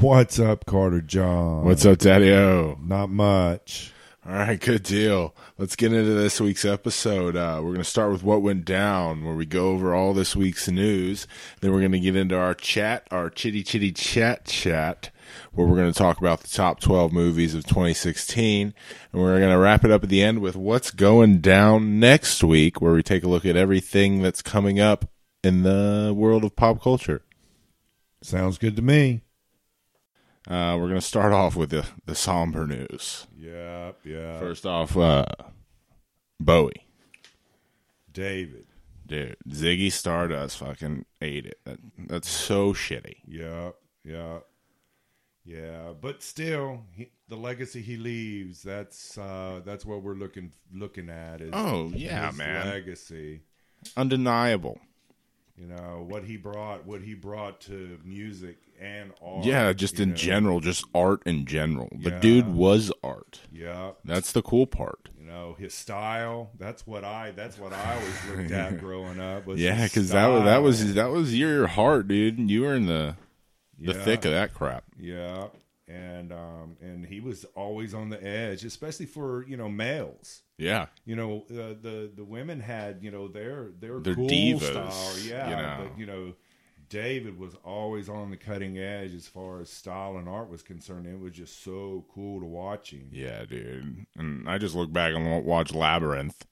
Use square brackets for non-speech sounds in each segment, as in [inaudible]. What's up, Carter John? What's up, Daddy O? Not much. All right, good deal. Let's get into this week's episode. Uh, we're going to start with what went down, where we go over all this week's news. Then we're going to get into our chat, our chitty chitty chat chat, where we're going to talk about the top 12 movies of 2016. And we're going to wrap it up at the end with what's going down next week, where we take a look at everything that's coming up in the world of pop culture. Sounds good to me. Uh, we're going to start off with the, the somber news. Yep, yep. First off, uh, Bowie. David. Dude, Ziggy Stardust fucking ate it. That, that's so shitty. Yep, yep. Yeah, but still, he, the legacy he leaves. That's uh, that's what we're looking looking at. Is Oh, yeah, his man. Legacy. Undeniable. You know what he brought. What he brought to music and art. Yeah, just you in know. general, just art in general. The Yeah. dude was art. Yep. That's the cool part. You know his style. That's what I. That's what I always [laughs] looked at growing up. Was Yeah, his because that was that style. was that was your heart, dude. You were in the the Yeah. thick of that crap. Yeah. And um and he was always on the edge, especially for, you know, males. Yeah, You know, uh, the the women had, you know, their their, Their cool divas, style. Yeah. you know. But you know, David was always on the cutting edge as far as style and art was concerned. It was just so cool to watch him. yeah, dude. And I just look back and wa- watch Labyrinth.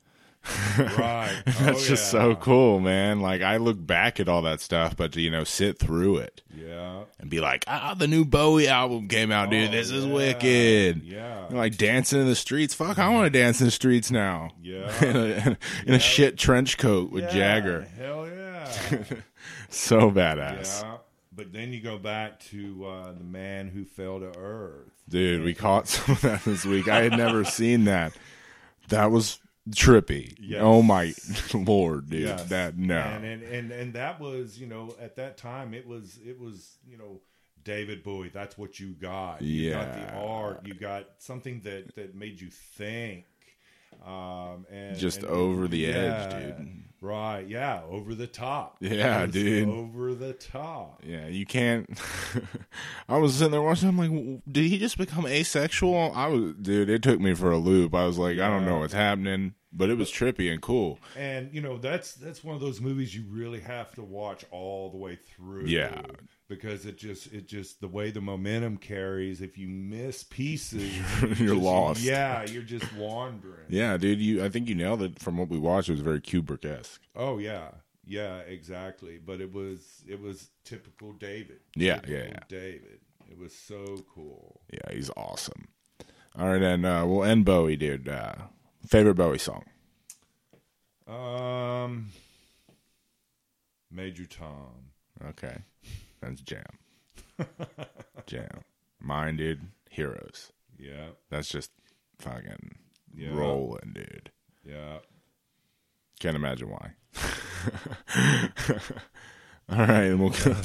[laughs] Right. Oh, That's just yeah. so cool, man. Like I look back at all that stuff, but you know, sit through it. Yeah. and be like, ah, the new Bowie album came out, dude. Oh, this is yeah. wicked. Yeah. You're like dancing in the streets. Fuck, I want to dance in the streets now. [laughs] Yeah. in a, in a shit trench coat with Yeah, Jagger. [laughs] Hell yeah. So badass. yeah. But then you go back to uh, the man who fell to earth. Dude, we caught [laughs] some of that this week. I had never seen that. That was trippy. Yes. Oh my [laughs] lord, dude. Yes. That no. And, and and and that was, you know, at that time it was it was, you know, David Bowie, that's what you got. You got the Yeah. art, you got something that that made you think. Um and Just and- over the yeah, edge, dude. Right, yeah, over the top. Yeah, It was dude. Over the top. Yeah, you can't. [laughs] I was sitting there watching. I'm like, "W- did he just become asexual? I was, dude. It took me for a loop. I was like, I don't know what's happening, but it was trippy and cool. And you know, that's that's one of those movies you really have to watch all the way through. Yeah. Because it just it just the way the momentum carries, if you [laughs] miss pieces You're just- lost. Yeah, you're just wandering. Yeah, dude. You, I think you nailed it from what we watched. It was very Kubrick esque. Oh yeah. Yeah, exactly. But it was it was typical David. Yeah, Typical yeah, yeah. David. It was so cool. Yeah, he's awesome. All right, and uh, we'll end Bowie, dude. Uh, favorite Bowie song? Um Major Tom. Okay, that's [laughs] Jam. jam. Mine, dude. Heroes. Yeah. That's just fucking Yeah. rolling, dude. Yeah. [laughs] Can't imagine why. [laughs] All right, and we'll go,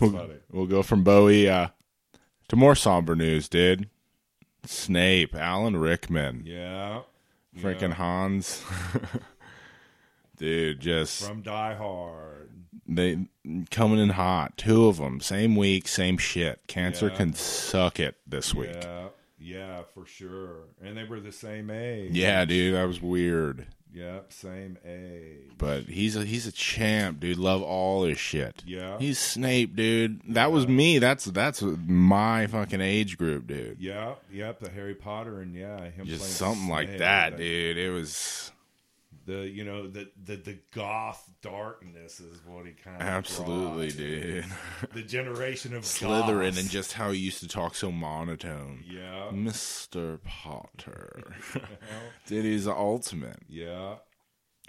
[laughs] we'll, funny. we'll go from Bowie uh, to more somber news, dude. Snape, Alan Rickman, Yeah. freaking Hans, [laughs] dude, just From Die Hard. they coming in hot. Two of them, same week, same shit. Cancer Yeah. can suck it this week. Yeah. Yeah. Yeah, for sure. And they were the same age. dude, that was weird, Yep, same age. but he's a he's a champ, dude. Love all his shit. Yeah. He's Snape, dude. That was me. That's that's my fucking age group, dude. Yep, yep, the Harry Potter and yeah, him playing Just something like Snape, that, like- dude. It was the you know the the, the goth darkness is what he kind of absolutely, dude. [laughs] the generation of Slytherin goths. and just how he used to talk so monotone. yeah [laughs] Mr. Potter. dude, he's the ultimate. yeah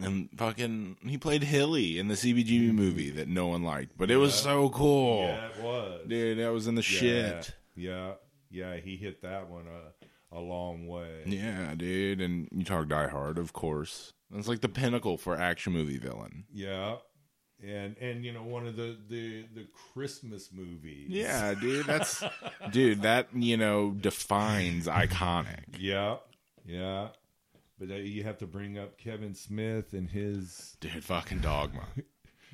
And fucking, he played Hilly in the CBGB movie that no one liked, but it was Mm-hmm. Yeah. so cool, Yeah, it was. Oh, dude. That was in the shit. Yeah, yeah, he hit that one a, a long way. Yeah, dude. And you talk Die Hard, of course. That's like the pinnacle for action movie villain. Yeah, and and you know one of the the the Christmas movies. Yeah, dude. [laughs] That's dude. That you know defines iconic. yeah, yeah. But uh, you have to bring up Kevin Smith and his. Dude, fucking dogma.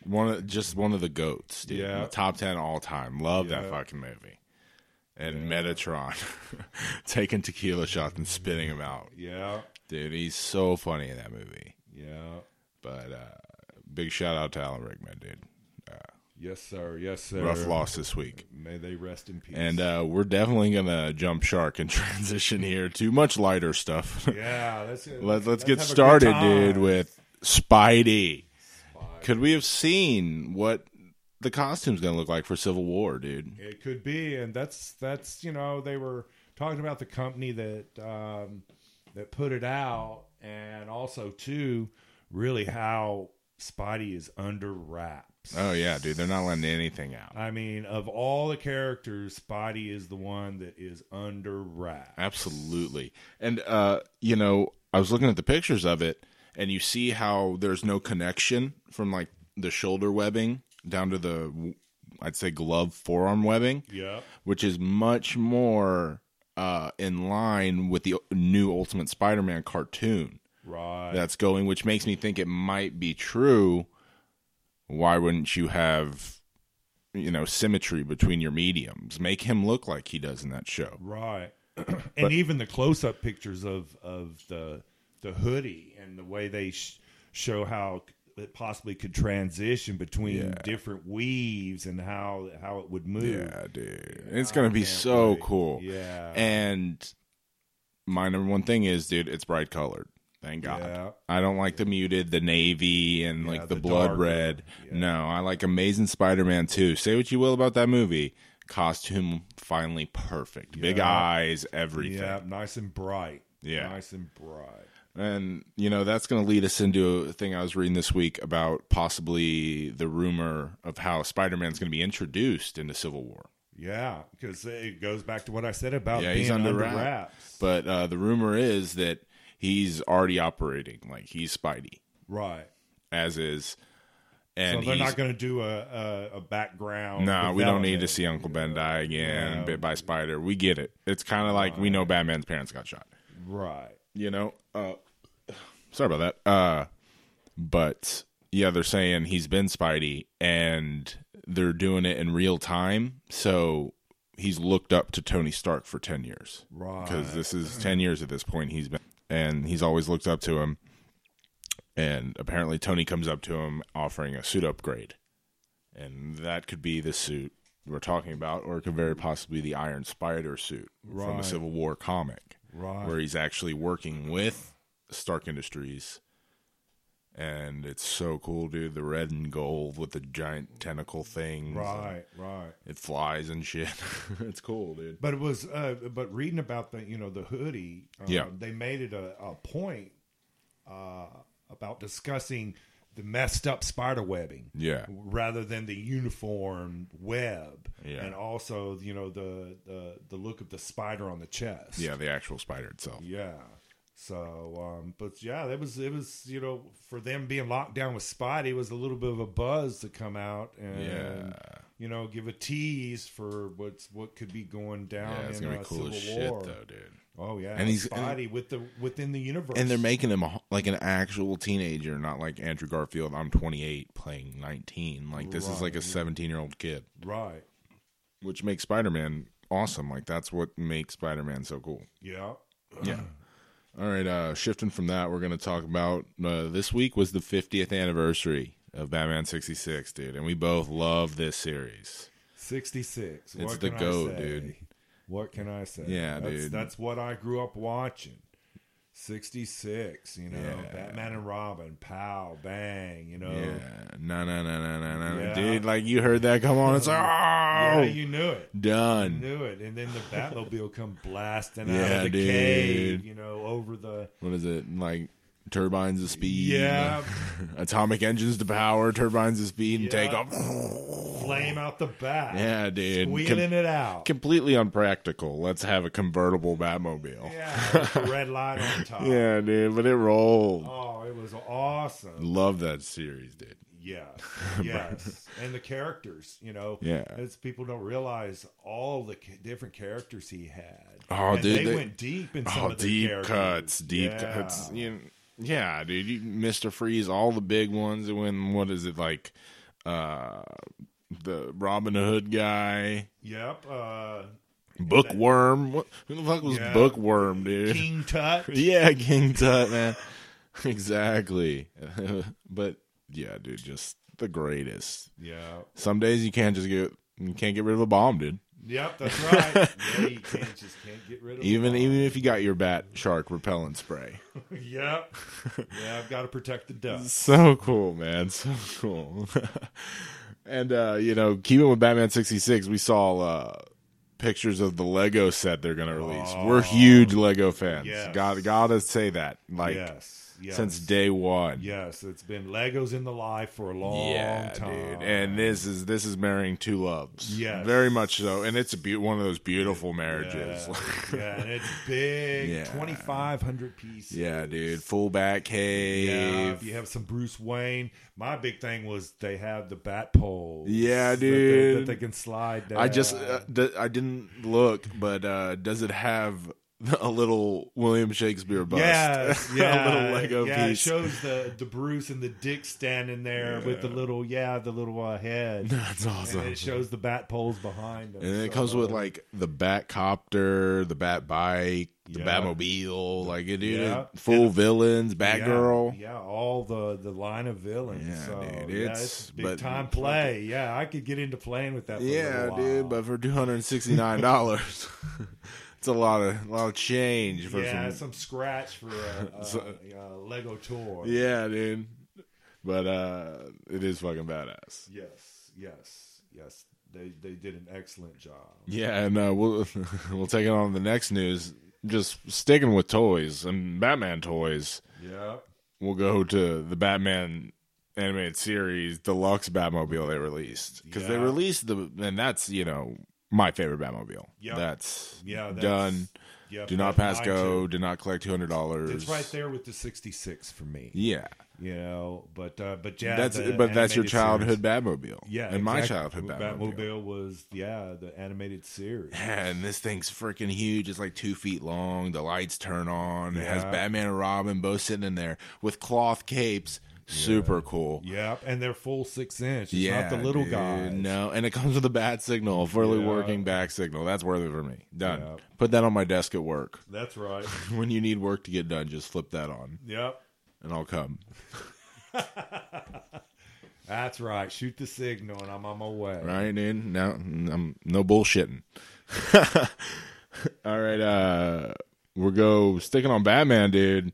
One of just one of the goats, dude. Yeah. Top ten all time. Love that Yeah. fucking movie. And Metatron [laughs] taking tequila shots and spitting him out. Yeah, Dude, he's so funny in that movie. yeah. But uh big shout out to Alan Rickman, dude. Yes, sir. Yes, sir. Rough loss this week. May they rest in peace. And uh we're definitely gonna jump shark and [laughs] transition here to much lighter stuff. [laughs] yeah, that's it. Let's let's get have a good started, time. dude, with Spidey. Could we have seen what the costume's going to look like for Civil War, dude? It could be, and that's that's you know they were talking about the company that um, that put it out, and also too really how Spidey is under wraps. Oh yeah, dude, they're not letting anything out. I mean, of all the characters, Spidey is the one that is under wraps. Absolutely. And uh, you know, I was looking at the pictures of it and you see how there's no connection from like the shoulder webbing down to the I'd say glove forearm webbing, Yep. which is much more uh, in line with the new Ultimate Spider-Man cartoon. Right. that's going, which makes me think it might be true. Why wouldn't you have, you know, symmetry between your mediums? Make him look like he does in that show. Right. [clears throat] and even the close up pictures of, of the the hoodie and the way they sh- show how c- it possibly could transition between Yeah. different weaves and how how it would move. Yeah, dude, it's gonna be Can't so wait. cool. Yeah. And my number one thing is, dude, it's bright colored. Thank God. Yeah. I don't like the muted, the navy, and Yeah, like the, the blood dark. red. Yeah. No, I like Amazing Spider-Man 2. Say what you will about that movie, costume finally perfect. Big Yeah. eyes, everything. yeah, nice and bright. Yeah. Nice and bright. And you know that's going to lead us into a thing I was reading this week about possibly the rumor of how Spider-Man's going to be introduced into Civil War. Yeah, because it goes back to what I said about Yeah, being he's under, under wrap. wraps. But uh, the rumor is that he's already operating like he's Spidey, right. as is. And so they're he's, not going to do a, a, a background. no, we don't need to development. see Uncle Ben die again, Yeah. bit by spider. We get it. It's kind of like we know Batman's parents got shot. Right. you know uh sorry about that uh but yeah they're saying he's been spidey and they're doing it in real time so he's looked up to tony stark for 10 years Right. because this is 10 years at this point he's been and he's always looked up to him and apparently tony comes up to him offering a suit upgrade and that could be the suit we're talking about or it could very possibly be the iron spider suit from the Right. civil war comic Right. where he's actually working with Stark Industries. And it's so cool, dude. The red and gold with the giant tentacle things. Right. Right. It flies and shit. [laughs] it's cool, dude. But it was, uh, but reading about the, you know, the hoodie, uh, Yeah. they made it a, a point uh, about discussing the messed up spider webbing Yeah. rather than the uniform web, Yeah. and also, you know, the, the the look of the spider on the chest. Yeah, the actual spider itself. yeah. So, um, but yeah, that was it was you know for them being locked down with Spidey was a little bit of a buzz to come out and Yeah. you know, give a tease for what's what could be going down Yeah, it's in gonna a be cool Civil as shit, War. though, dude. Oh yeah, And and he's- he's body with the within the universe, And they're making him a, like an actual teenager, not like Andrew Garfield. I'm 28, playing 19. Like this is like a Right. 17 year old kid, right. which makes Spider Man awesome. Like that's what makes Spider Man so cool. Yeah, Yeah. All right. Uh, shifting from that, we're going to talk about uh, this week was the 50th anniversary of Batman 66, dude, and we both love this series. sixty six. It's what the can I go, say? dude. What can I say? Yeah, that's, dude. That's what I grew up watching. Sixty six. You know, Yeah. Batman and Robin, pow, bang. You know, Oh. yeah, Yeah. No, no, no, no, no, no, Yeah. dude. Like you heard that come on, it's like, oh, you knew it. done. Knew it, and then the Batmobile come blasting out Yeah, of the dude. cave, you know, over the What is it like? turbines of speed. Yeah. [laughs] Atomic engines to power, turbines of speed, and Yeah. take off. [laughs] Flame out the back. Yeah, dude. Com- Wheeling it out. completely unpractical. Let's have a convertible Batmobile. yeah. with the red light [laughs] on top. Yeah, dude, but it rolled. Oh, it was awesome. Love that series, dude. Yes. [laughs] Yes. and the characters, you know. Yeah. It's people don't realize all the ca- different characters he had. Oh, And dude, They, they- went deep in some Oh, of the deep characters. cuts, deep Yeah. cuts. You kn- yeah, dude. You, Mr. Freeze, all the big ones. And when what is it like? Uh, the Robin Hood guy, Yep. [laughs] Uh, Bookworm. What, who the fuck was Yeah. Bookworm, dude? King [laughs] Tut. yeah, King Tut, man. [laughs] exactly. [laughs] but yeah, dude, just the greatest. Yeah. Some days you can't just get you can't get rid of a bomb, dude. Yep, that's [laughs] right. yeah, you can't just can't get rid of Even them. even if you got your bat shark repellent spray. [laughs] Yep. Yeah, I've got to protect the dust. So cool, man. So cool. [laughs] and uh, you know, keeping with Batman sixty six, we saw uh pictures of the Lego set they're gonna release. We're Oh. huge Lego fans. Yes. Got gotta say that. Like yes. Yes. since day one. Yes, it's been Legos in the life for a long Yeah, time. dude. And this is this is marrying two loves. Yes. Very much so. And it's a be- one of those beautiful marriages. Yeah, yeah, and it's big. Yeah. 2,500 [laughs] pieces. yeah, dude. Full bat cave. Yeah, if you have some Bruce Wayne. My big thing was they have the bat poles. Yeah, that they- That they, dude. can slide down. I just uh, d- I didn't look, but uh, does it have [laughs] a little William Shakespeare bust? Yes, [laughs] a yeah, little Lego yeah, piece. It shows the the Bruce and the Dick standing there with the little yeah, the little uh, [laughs] head. That's awesome. And it shows the bat poles behind them. And then it comes with like the bat copter, the bat bike, the Yeah. Batmobile, like it, dude, Yeah. full villains, Batgirl. Yeah, all the the line of villains. Yeah, so, dude, yeah, it's- it's, big but- time play. Yeah, I could get into playing with that. For a Yeah, little dude, while. but for two hundred and sixty nine dollars, [laughs] it's a lot of a lot of change for yeah, some. some scratch [laughs] for a, a, a Lego tour. Yeah, dude, but uh, it is fucking badass. Yes, yes, yes. They they did an excellent job. Yeah, and uh, we'll [laughs] we'll take it on to the next news. Just sticking with toys and Batman toys, Yeah. we'll go to the Batman animated series deluxe Batmobile they released because they Yeah. released the and that's you know my favorite Batmobile. Yeah. that's Yeah, that's- done. Yep, Do not that's pass mine go. too. Do not collect two hundred dollars. It's right there with the 66 for me. Yeah, You know, but uh, but yeah, that's the but that's your animated childhood series- Batmobile. Yeah, and my exactly. childhood Batmobile. Batmobile. was yeah the animated series. Yeah, and this thing's freaking huge. It's like two feet long. The lights turn on. It has Yeah. Batman and Robin both sitting in there with cloth capes. Super cool. Yep, and they're full six inch. It's Yeah, not the little dude, guy. No, and it comes with a bat signal, a fully Yeah. working back signal. That's worth it for me. Done. Yeah. Put that on my desk at work. [laughs] That's right. When you need work to get done, just flip that on, Yep, and I'll come. that's right. Shoot the signal, and I'm on my way. Right, dude. Now I'm no bullshitting. [laughs] All right, uh we'll go sticking on Batman, dude.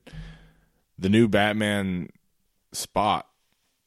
The new Batman spot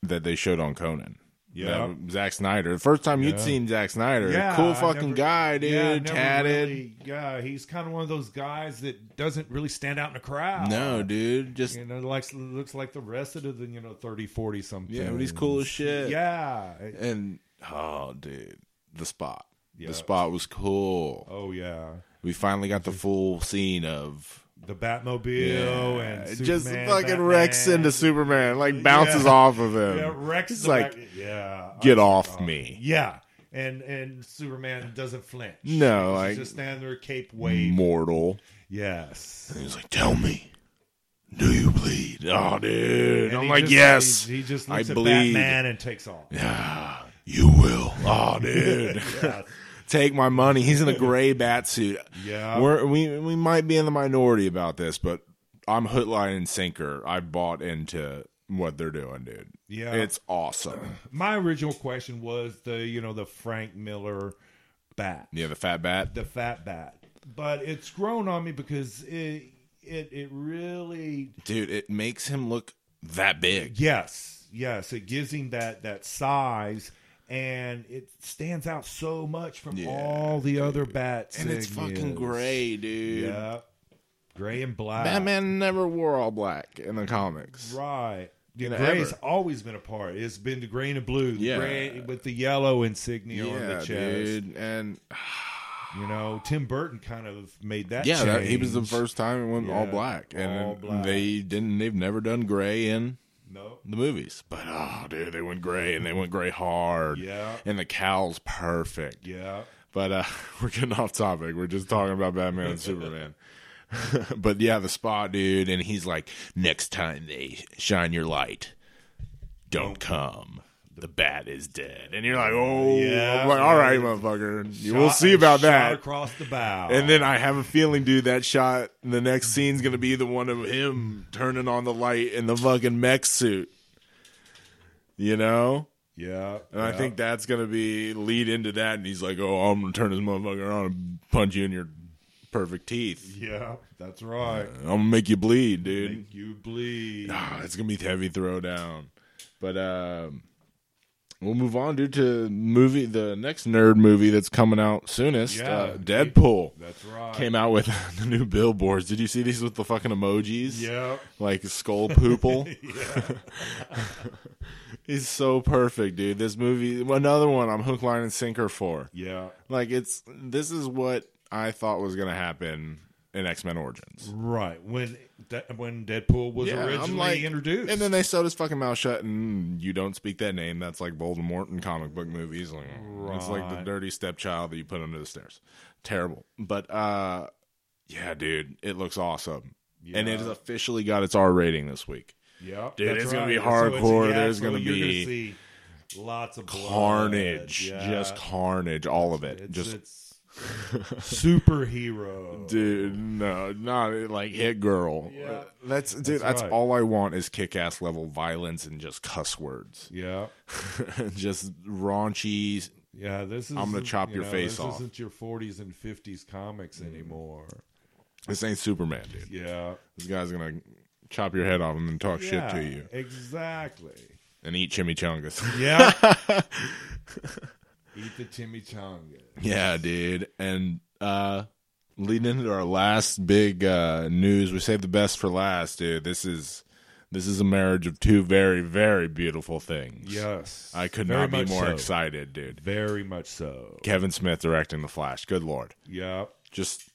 that they showed on Conan. Yeah. That- Zack Snyder. The first time you'd Yeah. seen Zack Snyder. Yeah, cool I fucking never- guy, dude. yeah, I never Tatted. really- yeah, he's kind of one of those guys that doesn't really stand out in a crowd. No, dude. Just you know, like looks like the rest of the you know 30, 40 something. yeah, but he's cool as shit. Yeah. And oh dude. The spot. Yeah. The spot was cool. Oh yeah. We finally got the Mm-hmm. full scene of The Batmobile and Superman, just fucking Batman. wrecks into Superman, like bounces Yeah. off of him. Yeah, Oh, Rex It's the like, Bat- yeah, uh, get off me. yeah, and and Superman doesn't flinch. No, He's like- just stand there, cape wave. Mortal. Yes. And he's like, tell me, do you bleed? Oh, dude. And I'm he like, just- yes. He, he just I looks at bleed. Batman and takes off. Ah, you will. Oh, [laughs] dude. Yes. Take my money. He's in a gray bat suit. Yeah. We're, we, we might be in the minority about this, but I'm hook, line, and sinker. I bought into what they're doing, dude. Yeah. It's awesome. My original question was the you know the Frank Miller bat. Yeah, the fat bat. the fat bat. But it's grown on me because it it it really dude it makes him look that big yes yes it gives him that that size and it stands out so much from Yeah, all the other bats and it's fucking insignias. gray dude Yeah, Gray and black. Batman never wore all black in the comics. Right. Yeah, You know, gray's ever. always been a part. It's been the green and blue, the Yeah. gray with the yellow insignia on the Yeah, chest. dude. And You know, Tim Burton kind of made that. yeah, that, he was the change. first time it went all Yeah, black, and all then black. they didn't. They've never done gray in No. the movies, but oh, dude, they went gray and they went gray hard. Yeah. and the cow's perfect. Yeah. But uh, [laughs] we're getting off topic. We're just talking about Batman and Superman. [laughs] but yeah, the spot, dude, and he's like, next time they shine your light, don't come. The bat is dead, and you're like, oh, Yeah, I'm like, all right, right. motherfucker, we'll Shot- see about shot that. across the bow. And then I have a feeling, dude, that shot, the next scene's gonna be the one of him turning on the light in the fucking mech suit. You know? yeah. And I yeah. think that's gonna be lead into that, and he's like, "Oh, I'm gonna turn this motherfucker on and punch you in your perfect teeth. Yeah, that's right. I'm gonna make you bleed, dude. Make you bleed. Ah, it's gonna be heavy throwdown." But um, we'll move on, dude, to movie the next nerd movie that's coming out soonest, Yeah. uh, Deadpool. That's right. Came out with [laughs] the new billboards. Did you see these with the fucking emojis? Yeah. Like skull [laughs] poople. [laughs] He's so perfect, dude. This movie, another one I'm hook, line, and sinker for. Yeah. Like it's this is what I thought was gonna happen in X Men Origins. Right. When that, when Deadpool was I'm originally like- introduced. and then they sewed his fucking mouth shut, and you don't speak that name. That's like Voldemort in comic book movies. Like, It's like the Right. dirty stepchild that you put under the stairs. Terrible, but uh, yeah, dude, it looks awesome, and it Yeah. has officially got its R rating this week. yeah. Dude, that's it's gonna be right. So it's- hardcore. yeah, There's so gonna you're be see lots of blood. Carnage, Yeah. just carnage, all of it, It's, just [laughs] it's superhero. Dude, no, not like hit girl. Uh, Yeah. That's dude. That's, right. all I want is kick ass level violence and just cuss words, [laughs] Yeah. just raunchy. Yeah, this is. I'm gonna chop you your know, face this off. Mm. isn't your 40s and 50s comics anymore. This ain't Superman, dude. Yeah. This guy's gonna chop your head off and then talk yeah, shit to you [laughs] Exactly. and eat chimichangas. [laughs] Yeah. Eat the chimichanga. yeah, dude. And uh leading into our last big uh news, we saved the best for last, dude. This is this is a marriage of two very very beautiful things. Yes. I could Very not be much more so. excited, dude. Very much so. Kevin Smith directing The Flash. Good lord. Yeah. Just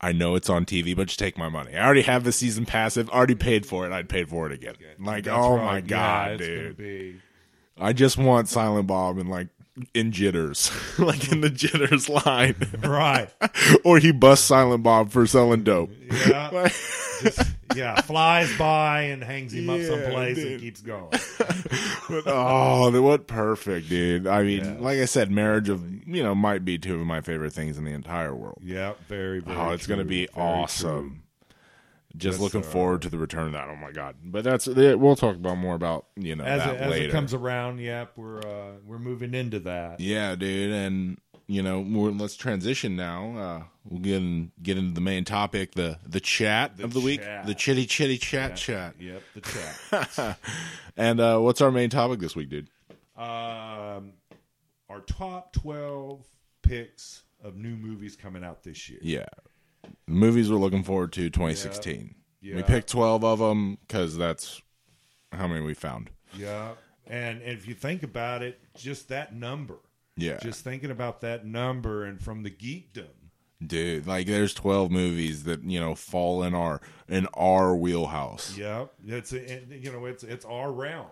I know it's on TV, but just take my money. I already have the season pass. I've already paid for it. I'd paid for it again. Like, That's oh right. my Yeah, god, it's gonna dude. be- I just want Silent Bob and like in jitters, [laughs] like in the jitters line, [laughs] Right. or he busts Silent Bob for selling [laughs] dope. Yeah. [laughs] Like, yeah. Flies by and hangs him up Yeah, someplace dude. and keeps going. but, oh, what perfect, dude! I mean, Yes. like I said, marriage of you know might be two of my favorite things in the entire world. Yeah. Very, very. Oh, it's going to true, uh, be very true. awesome. Just Yes, looking sir. forward to the return of that. Oh my god! But that's we'll talk about more about you know As, that it, as later. it comes around, yep, we're uh, we're moving into that. yeah, dude, and you know we're, let's transition now. Uh, we'll get in, get into the main topic the the chat of the week, chat. the chitty chitty chat chat. Yep, the chat. [laughs] And uh, what's our main topic this week, dude? um, our top 12 picks of new movies coming out this year. Yeah, movies we're looking forward to 2016. Yeah. We picked 12 of them because that's how many we found. Yeah. And if you think about it, just that number, Yeah, just thinking about that number and from the geekdom. dude like there's 12 movies that you know fall in our in our wheelhouse Yeah. It's, and, you know, it's, it's our realm.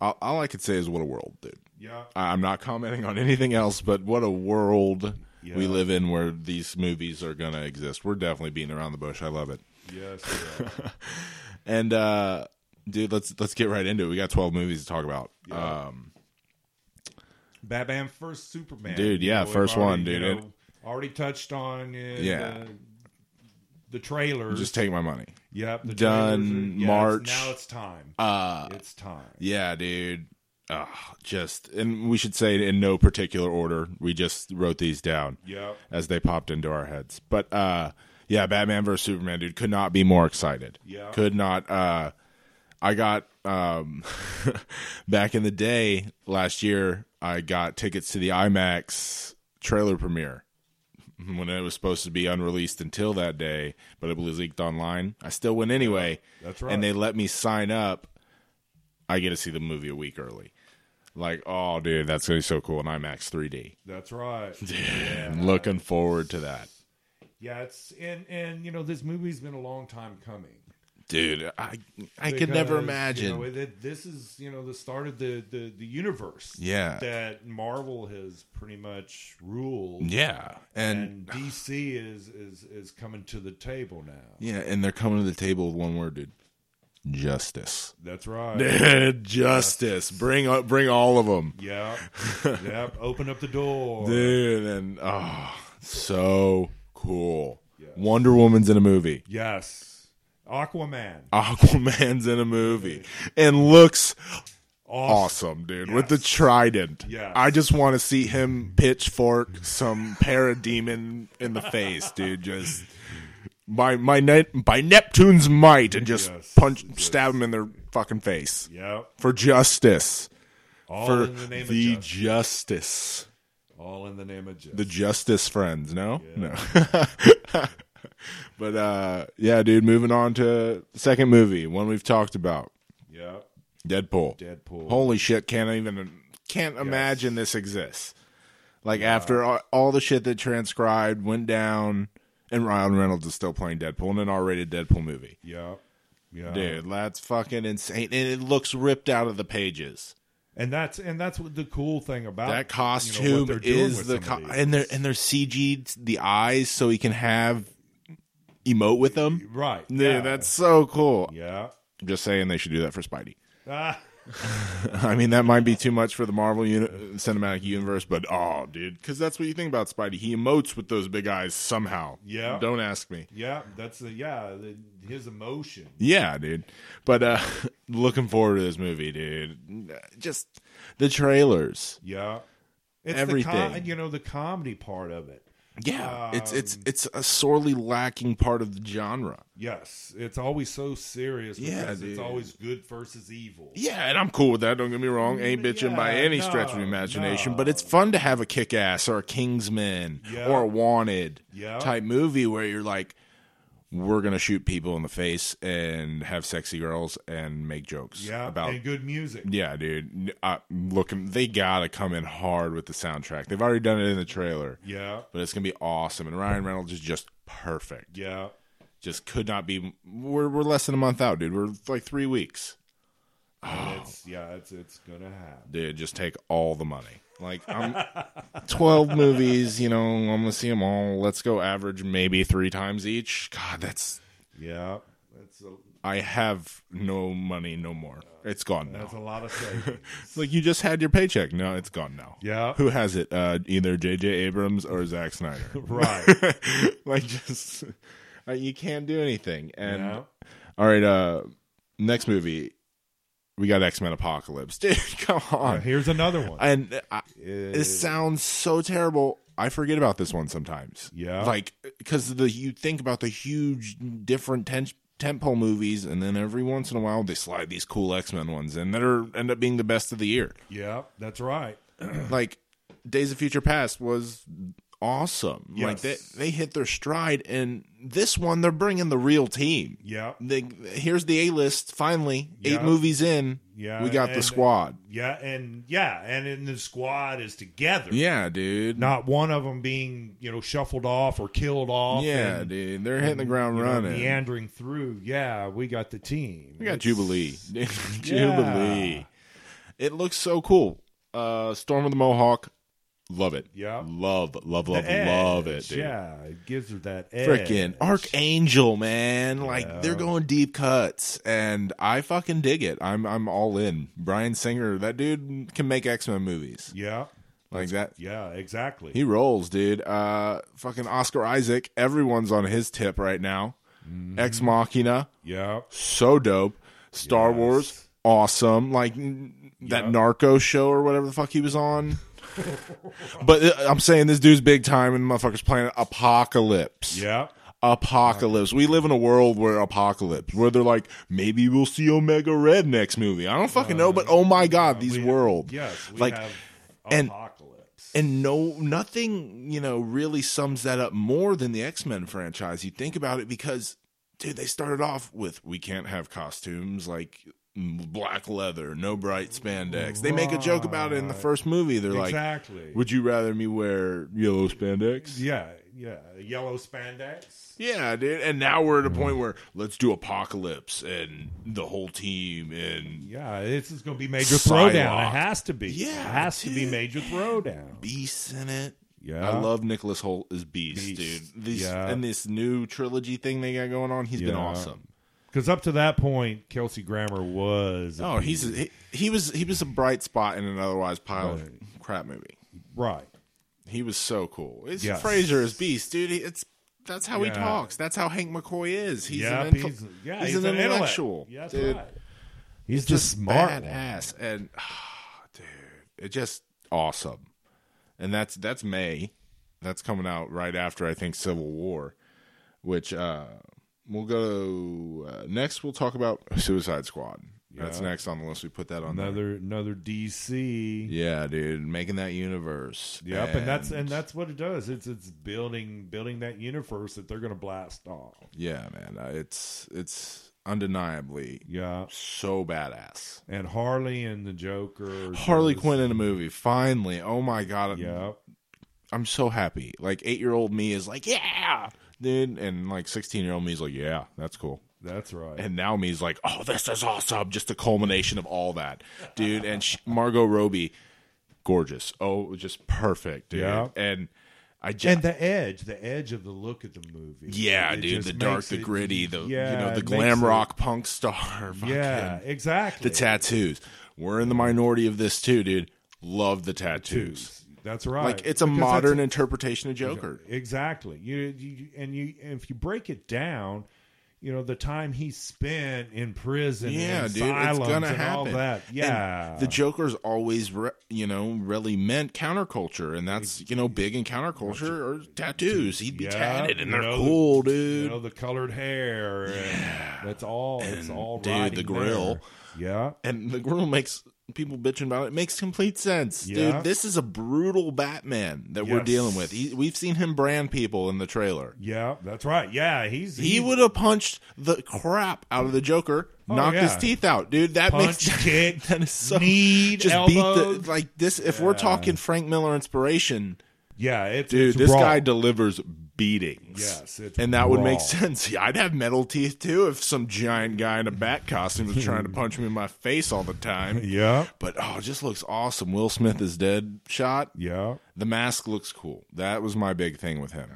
all, all i could say is what a world dude Yeah. I- i'm not commenting on anything else but what a world we Yeah. live in where these movies are gonna exist we're definitely beating around the bush i love it Yes. yeah. and uh dude let's let's get right into it we got 12 movies to talk about um [laughs] Batman first Superman. Dude, yeah, we've first already, one, dude. you know, already touched on in Yeah. the, the trailers. just take my money yep, the done, trailers yeah, it's- March. now it's time. uh it's time. yeah dude Ugh, just and we should say in no particular order we just wrote these down Yep. as they popped into our heads. But uh yeah, Batman versus Superman, dude, could not be more excited. Yeah. Could not uh I got um [laughs] back in the day last year, I got tickets to the IMAX trailer premiere when it was supposed to be unreleased until that day, but it was leaked online. I still went anyway. That's right. And they let me sign up. I get to see the movie a week early. Like, oh, dude, that's going to be so cool in IMAX 3D. That's right. [laughs] I'm looking forward to that. Yeah, it's and and you know this movie's been a long time coming. Dude, I I could never Because, imagine. You know, it- this is you know the start of the the, the universe. Yeah. that Marvel has pretty much ruled. yeah. And, And DC is, is is coming to the table now. yeah, and they're coming to the table with one word, dude. [laughs] Justice. That's right. Dude, justice. Bring bring all of them. yep. [laughs] Yep. Open up the door. dude and oh so cool Yes. wonder woman's in a movie [laughs] Yes. Aquaman. aquaman's in a movie and looks Awesome. awesome dude with the trident Yes. i just want to see him pitchfork some parademon in the face dude just by my net by neptune's might and just Yes. punch stab him in their fucking face Yep. for justice All for in the name the of justice. justice All in the name of justice. the justice friends no no [laughs] but uh yeah dude moving on to second movie one we've talked about yep. deadpool Deadpool. holy shit can't even can't imagine this exists like after all, all the shit that transcribed went down and ryan reynolds is still playing deadpool in an r-rated deadpool movie Yep. Yeah. dude that's fucking insane and it looks ripped out of the pages And that's and that's what the cool thing about Uh, you know, that what costume they're doing is with the co- some of these. and they're and they're CG'd the eyes so he can have emote with them. right. Dude, yeah. that's so cool. yeah. I'm just saying they should do that for Spidey. Ah, [laughs] I mean, that might be too much for the Marvel uni- cinematic universe, but oh, dude, because that's what you think about Spidey. He emotes with those big eyes somehow. Yeah. don't ask me. yeah. That's the yeah. The, his emotion. Yeah, dude. But uh [laughs] looking forward to this movie, dude. Just the trailers. Yeah. It's The com- Everything. you know the comedy part of it. Yeah, it's it's it's a sorely lacking part of the genre. Yes, it's always so serious. Yeah, Because dude. it's always good versus evil. Yeah, and I'm cool with that. Don't get me wrong. Ain't bitching by Mm, Yeah, any no, stretch of the imagination, no. but it's fun to have a kick ass or a Kingsman Yeah. or a Wanted Yeah. type movie where you're like, we're going to shoot people in the face and have sexy girls and make jokes Yeah, about. and good music. yeah, dude. Uh, look, they got to come in hard with the soundtrack. They've already done it in the trailer, Yeah, but it's going to be awesome. And Ryan Reynolds is just perfect. yeah, Just could not be. We're, we're less than a month out, dude. We're like three weeks. Oh. And it's yeah, it's it's gonna happen. dude, just take all the money. Like I'm [laughs] 12 movies, you know, I'm going to see them all. Let's go average maybe 3 times each. God, that's Yeah, that's a I have no money no more. It's gone now. that's a [laughs] lot of savings. It's like you just had your paycheck. No, it's gone now. yeah, Who has it? Uh either JJ Abrams or Zack Snyder. [laughs] right. like just uh, you can't do anything. And yeah. all right, uh next movie we got X-Men Apocalypse. [laughs] Dude, come on. Here's another one. And uh, I, It- This sounds so terrible. I forget about this one sometimes. Yeah. like because the you think about the huge different ten- tentpole movies, and then every once in a while they slide these cool X Men ones in that are end up being the best of the year. yeah, that's right. like Days of Future Past was awesome. Yes. Like they they hit their stride, and this one they're bringing the real team. Yeah, They, here's the A list. Finally, eight Yeah. movies in. Yeah, we got the and- squad. yeah, and yeah, and in the squad is together. Yeah, dude. Not one of them being you know shuffled off or killed off. Yeah, and, dude, they're hitting the ground you know, running. meandering through. Yeah, we got the team. we got It's- Jubilee, [laughs] Jubilee. It looks so cool. Uh, Storm of the Mohawk, love it. Yeah. love, love, love, The love it, edge. dude. Yeah, it gives her that edge. Freaking Archangel, man! Like Yeah. they're going deep cuts, and I fucking dig it. I'm I'm all in. Brian Singer, that dude can make X Men movies Yeah, like that. yeah, exactly. He rolls, dude. Uh, fucking Oscar Isaac. Everyone's on his tip right now. Mm-hmm. Ex Machina. yeah, so dope. Star Yes. Wars, awesome. Like n- that Yep. narco show or whatever the fuck he was on. [laughs] but uh, I'm saying this dude's big time and the motherfucker's playing Apocalypse. yeah, Apocalypse. We live in a world where apocalypse, where they're like, maybe we'll see Omega Red next movie. I don't fucking know, but oh my god, these Uh, we- world. yes. We Like, have and- apocalypse. comics. and no nothing you know really sums that up more than the x-men franchise you think about it because dude they started off with we can't have costumes like mm, black leather no bright spandex they make a joke about it in the Right. first movie they're like exactly. would you rather me wear yellow spandex yeah, yeah. Yellow spandex. yeah, dude. And now we're at a point where let's do Apocalypse and the whole team and Yeah, this is going to be major Psylocke. throwdown. It has to be. Yeah, it has to be dude. major throwdown. Beast in it. Yeah, I love Nicholas Holt as Beast, Beast. dude. These Yeah. and this new trilogy thing they got going on, he's been Yeah. awesome. because up to that point, Kelsey Grammer was a Oh, he's beast. he, he was he was a bright spot in an otherwise pile of Right. crap movie. right. He was so cool. It's Yes. Fraser as Beast, dude. He- It's that's how he Yeah. talks. That's how Hank McCoy is. He's Yep, an intel- he's, yeah, he's an intellect. intellectual, Yeah, that's dude. right. He's just the smart. one. badass and [sighs] ah, dude, it just awesome. And that's that's May. That's coming out right after I think Civil War, which uh we'll go uh, next. We'll talk about Suicide Squad. That's Yeah. next on the list. We put that on there. Another another DC. Yeah, dude, making that universe. Yep, and, that's and that's what it does. It's it's building building that universe that they're going to blast off. yeah, man. uh, It's it's undeniably Yeah, so badass. and Harley and the Joker. Harley just- Quinn in a movie, finally. Oh my god, Yeah, I'm so happy. Like eight year old me is like, yeah, dude, and like sixteen year old me is like, yeah, that's cool. that's right. And now me's like, oh, this is awesome. Just a culmination of all that, dude. And she, Margot Robbie, gorgeous. Oh, just perfect, dude. Yeah. And I just. and the edge, the edge of the look of the movie. yeah, It dude, just the dark, makes the it- gritty, the you yeah, know, the it glam makes it- rock punk star. [laughs] Yeah, fucking- exactly. the tattoos. We're in the minority of this too, dude. Love the tattoos. That's right. Like it's a Because that's- modern interpretation of Joker. Exactly. You, you and you and if you break it down, you know the time he spent in prison. Yeah, and dude, it's asylums gonna and All happen. that. Yeah. The Joker's always, re- you know, really meant counterculture, and that's you know big in counterculture or tattoos. He'd be Yeah, tatted, and you they're know, cool, dude. you know the colored hair. And That's all. It's all dude, riding the grill. there. Yeah. and the girl makes people bitching about it. it makes complete sense, Yeah. dude. This is a brutal Batman that we're Yes. dealing with. He, we've seen him brand people in the trailer. Yeah, that's right. Yeah, he's He would have punched the crap out of the Joker, knocked his Oh, yeah. teeth out, dude. That punch, makes [laughs] kick, that is so knee, just elbow. beat the like this. If we're talking Frank Miller inspiration, yeah, it's dude, it's this raw. guy delivers beatings. Yes, it's and that would raw. make sense. [laughs] Yeah, I'd have metal teeth too if some giant guy in a bat costume was [laughs] trying to punch me in my face all the time. Yeah, But oh, it just looks awesome. Will Smith is dead. Shot. yeah, The mask looks cool. That was my big thing with him.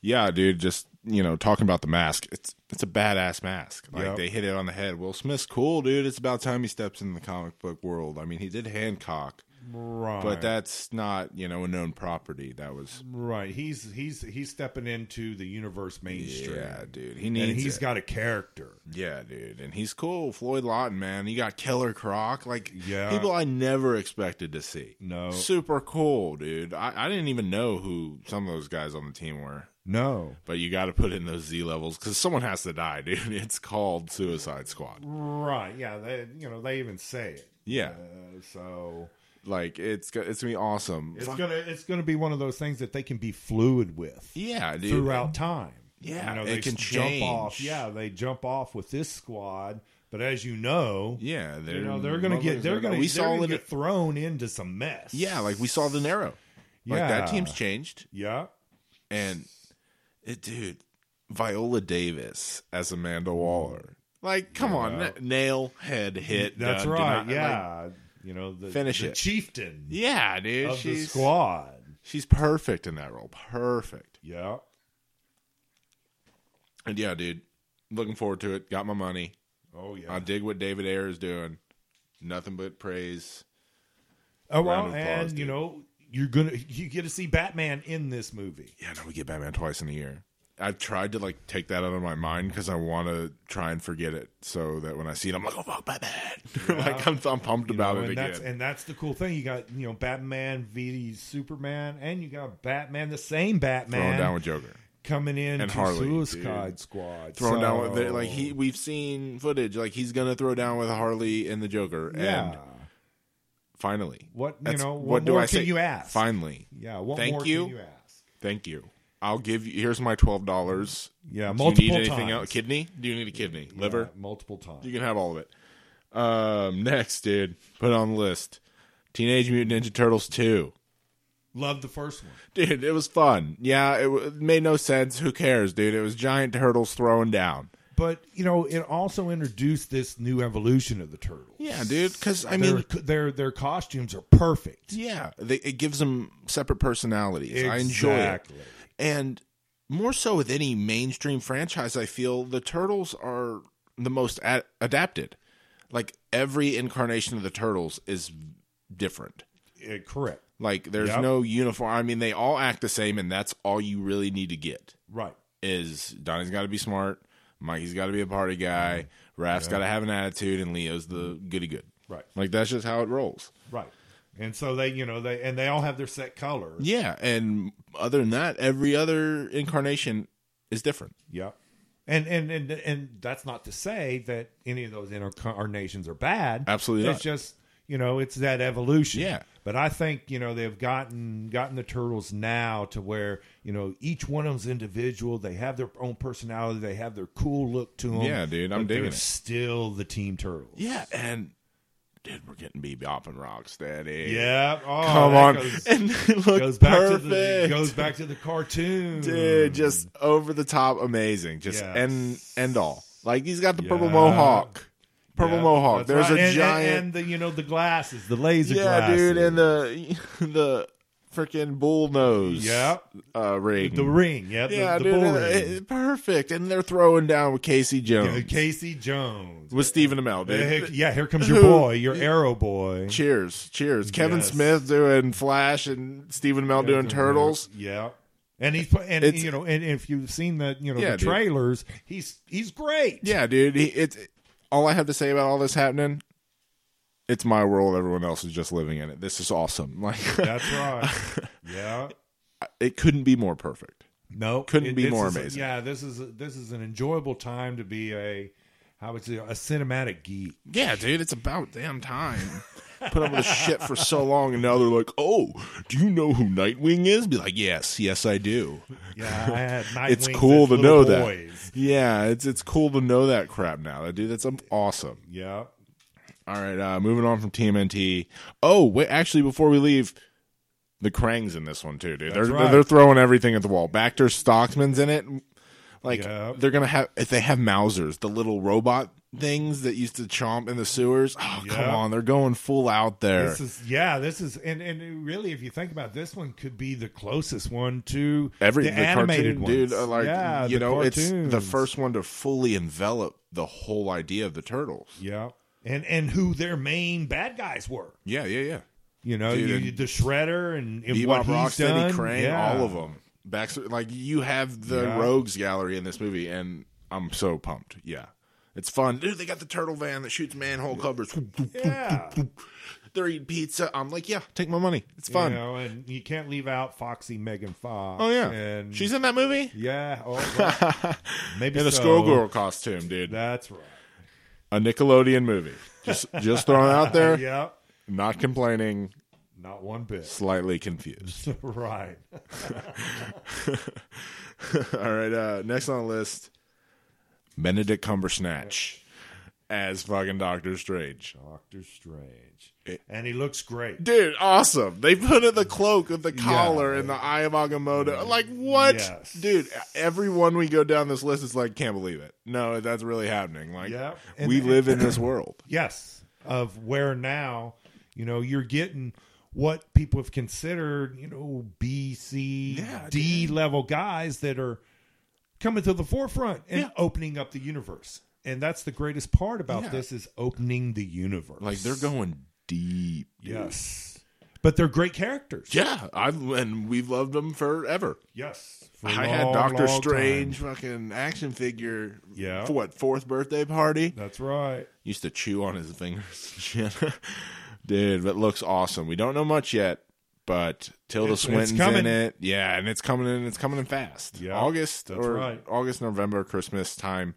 Yeah, dude. Just you know, talking about the mask. It's it's a badass mask. Like Yep. they hit it on the head. Will Smith's cool, dude. It's about time he steps in the comic book world. I mean, he did Hancock, right. but that's not you know a known property. That was right. He's he's he's stepping into the universe mainstream. yeah, dude. He needs. and he's it. got a character. Yeah, dude, and he's cool. Floyd Lawton, man, he got Killer Croc, like Yeah. people I never expected to see. No, Super cool, dude. I, I didn't even know who some of those guys on the team were, no, but you got to put in those Z levels because someone has to die, [laughs] dude. It's called Suicide Squad. right? Yeah, they you know they even say it. Yeah, Uh, so like it's go- it's gonna be awesome. it's Fuck- gonna it's gonna be one of those things that they can be fluid with yeah, dude. throughout time. Yeah, you know it they can jump change. off. Yeah, they jump off with this squad, but as you know, Yeah, they're you know they're gonna get they're gonna we we saw it. get thrown into some mess. yeah, like we saw the narrow. Like that Yeah. team's changed. yeah. And it, dude, Viola Davis as Amanda Waller. Like, come on, Yeah. na- nail, head, hit. That's done, denied. uh, right. Like, yeah, you know the Finish the it. chieftain yeah, dude. of the she's squad. she's perfect in that role. Perfect. Yeah, And yeah, dude, looking forward to it. Got my money. oh yeah. I dig what David Ayer is doing. Nothing but praise. Oh Round well, of and applause, dude. you know you're gonna you get to see Batman in this movie. Yeah, no, we get Batman twice in a year. I've tried to like take that out of my mind because I want to try and forget it, so that when I see it, I'm like, "Oh fuck, Batman!" [laughs] like I'm, I'm pumped you about know, it and again. that's and that's the cool thing. You got you know Batman v Superman, and you got Batman, the Throwing same Batman, down with Joker. coming in and to Harley, Suicide Squad, thrown down with So, the, like he we've seen footage like he's gonna throw down with Harley and the Joker yeah, and Finally. What you That's- know? What, do more I can say? you ask? Finally. Yeah. What Thank more you. can you ask? Thank you. I'll give you. Here's my twelve dollars. Yeah. Do you Multiple need anything times. else? Kidney? Do you need a kidney? Yeah, Liver? multiple times. You can have all of it. Um, next, dude. Put it on the list. Teenage Mutant Ninja Turtles two. Love the first one. Dude, it was fun. Yeah, it, w- it made no sense. Who cares, dude? It was giant turtles throwing down. But you know, it also introduced this new evolution of the turtles. Yeah, dude. Because I their, mean, their their costumes are perfect. yeah, they, it gives them separate personalities. I enjoy it, Exactly. and more so with any mainstream franchise, I feel the turtles are the most a- adapted. Like every incarnation of the turtles is different. Yeah, Uh, correct. Like there's Yep. no uniform. I mean, they all act the same, and that's all you really need to get. Right. Is Donnie's got to be smart, Mikey's got to be a party guy, Raph's got to have an attitude, and Leo's the goody good. Mm-hmm. Right. Like that's just how it rolls. Right. And so they, you know, they and they all have their set color. Yeah, and other than that, every other incarnation is different. Yep. And and and and that's not to say that any of those incarnations are bad. Absolutely It's not. just you know it's that evolution. Yeah. But I think you know they've gotten gotten the turtles now to where you know each one of them's individual. They have their own personality. They have their cool look to them. Yeah, dude, I'm but they're digging it. Still the team turtles. Yeah, and dude, we're getting BB off and rock steady. Yeah. Oh, Come that on, Goes, and [laughs] they look goes back perfect. to the goes back to the cartoon. dude just over the top amazing just Hmm. Yes. end end all like he's got the purple Yeah. mohawk purple Yeah, mohawk there's that's right. a And- and- giant and, the you know the glasses, the laser yeah glasses. dude and the [laughs] the freaking bull nose Yeah. uh ring The ring, yeah, the, yeah the dude bull uh, ring. it- perfect and they're throwing down with casey jones Yeah, Casey Jones. with stephen amell Yeah, dude here- yeah, here [laughs] comes your boy, your arrow boy. cheers cheers kevin Yes. smith doing flash and stephen amell doing turtles Yeah. And he's put- and It's- you know and if you've seen the you know Yeah, the dude. trailers, he's he's great. yeah dude he, it's all i have to say about all this happening it's my world everyone else is just living in it this is awesome [laughs] like That's [laughs] right. yeah. it couldn't be more perfect No, Couldn't be this more is a- amazing. yeah, this is a, this is an enjoyable time to be a how would you say a cinematic geek. yeah dude it's about damn time [laughs] put up with this shit for so long and now they're like oh do you know who nightwing is be like yes yes i do Yeah, I [laughs] had Nightwing it's cool to since know little that boys. yeah it's it's cool to know that crap now dude that's um, awesome Yeah. all right uh moving on from tmnt oh wait actually before we leave the Krang's in this one too, dude. That's they're right. they're throwing everything at the wall. Baxter Stockman's in it. Like Yep. they're gonna have if they have Mausers, the little robot things that used to chomp in the sewers. Oh Yep. come on, they're going full out there. This is yeah, this is and and really if you think about it, this one could be the closest one to Every the, the, animated cartoon, dude. ones. uh, Like yeah, you the know, it's the cartoons. first one to fully envelop the whole idea of the turtles. Yeah. And and who their main bad guys were. Yeah, yeah, yeah. You know, Dude, you, and- you- the shredder and, and what Bebop, he's Rocksteady, done. Krang, yeah. all of them. Baxter, like you have the Yeah. rogues gallery in this movie, and I'm so pumped. Yeah, it's fun, dude. They got the turtle van that shoots manhole covers. Yeah. They're eating pizza. I'm like, yeah, take my money. It's You fun. know, and you can't leave out Foxy Megan Fox. Oh yeah, And she's in that movie yeah, [laughs] oh, well, maybe in a so. schoolgirl costume, dude. That's right. A Nickelodeon movie. Just [laughs] just thrown out there. Yeah. Not complaining. Not one bit. [laughs] Slightly confused. [laughs] right. All right, uh, next on the list, Benedict Cumbersnatch as fucking Doctor Strange. Doctor Strange. It- and he looks great. Dude, awesome. They put in the cloak with the collar and the eye of Agamotto. Like, what? Mm. Yes. Dude, everyone we go down this list is like, can't believe it. No, that's really happening. Like, [laughs] Yep. we And- live in [laughs] this world. Yes. Of where now, you know, you're getting what people have considered, you know, B, C, D Yeah, level guys that are coming to the forefront and Yeah. opening up the universe. And that's the greatest part about Yeah. this is opening the universe. Like, they're going deep. dude. Yes. But they're great characters. Yeah. I've, and we've loved them forever. Yes. For a I had long, Doctor long Strange time. fucking action figure Yeah. for what, fourth birthday party? That's right. used to chew on his fingers and shit. [laughs] Dude, that looks awesome. We don't know much yet, but Tilda It's- it's Swinton's in coming. it. Yeah, and it's coming in. It's coming in fast. Yeah, August that's or right. August, November, Christmas time.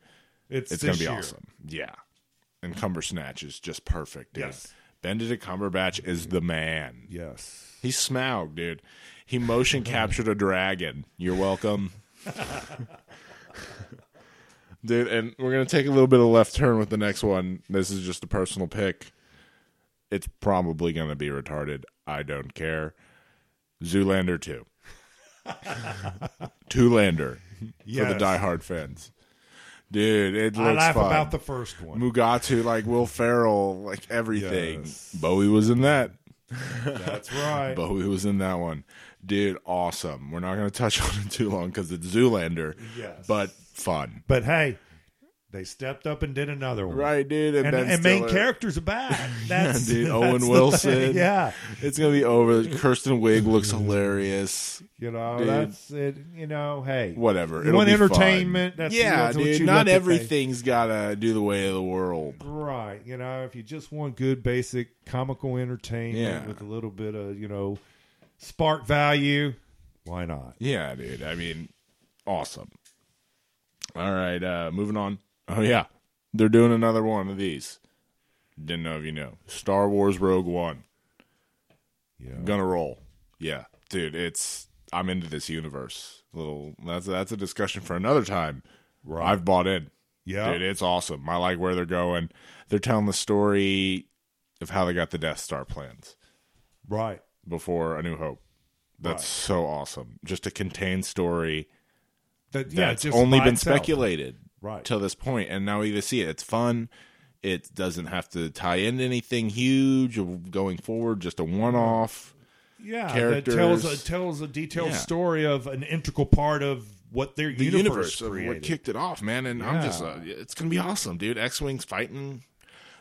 It's, It's going gonna to be awesome. Yeah, and Cumbersnatch is just perfect. Dude. Yes. Benedict Cumberbatch is the man. Yes. He's Smaug, dude. He motion captured a dragon. You're welcome. [laughs] dude, and we're going to take a little bit of a left turn with the next one. This is just a personal pick. It's probably going to be retarded. I don't care. Zoolander [laughs] 2. Two-lander for Yes. the diehard fans. Dude, it looks I laugh fun. about the first one. Mugatu, like Will Ferrell, like everything. Yes. Bowie was in that. That's [laughs] right. Bowie was in that one. Dude, awesome. We're not going to touch [laughs] on it too long because it's Zoolander, Yes. but fun. But hey, they stepped up and did another one. Right, dude. And, And, Ben and main Stiller. characters [laughs] are back. That's dude, [laughs] that's Owen the Wilson. thing. Yeah. It's going to be over. Kirsten Wig looks hilarious. You know, Dude. that's it. You know, hey. Whatever. You It'll want be fun. entertainment, that's- yeah, that's what dude. you not look at, everything's got to do the way of the world. Right. You know, if you just want good, basic comical entertainment Yeah. with a little bit of, you know, spark value, why not? Yeah, dude. I mean, awesome. All right, uh moving on. Oh yeah. They're doing another one of these. Didn't know if you know. Star Wars Rogue One. Yeah. Gonna roll. Yeah. Dude, it's I'm into this universe. Little that's that's a discussion for another time. Right. I've bought in. Yeah. Dude, it's awesome. I like where they're going. They're telling the story of how they got the Death Star plans Right. before A New Hope. That's Right. so awesome. Just a contained story That, yeah, that's just only by been itself. speculated Right. till this point, and now we get to see it. It's fun. It doesn't have to tie into anything huge or going forward. Just a one-off. yeah, characters. that tells a tells a detailed Yeah. story of an integral part of what their The universe, universe, of created. what kicked it off, man, and I'm just. Yeah. Uh, it's gonna be awesome, dude. X-wings fighting.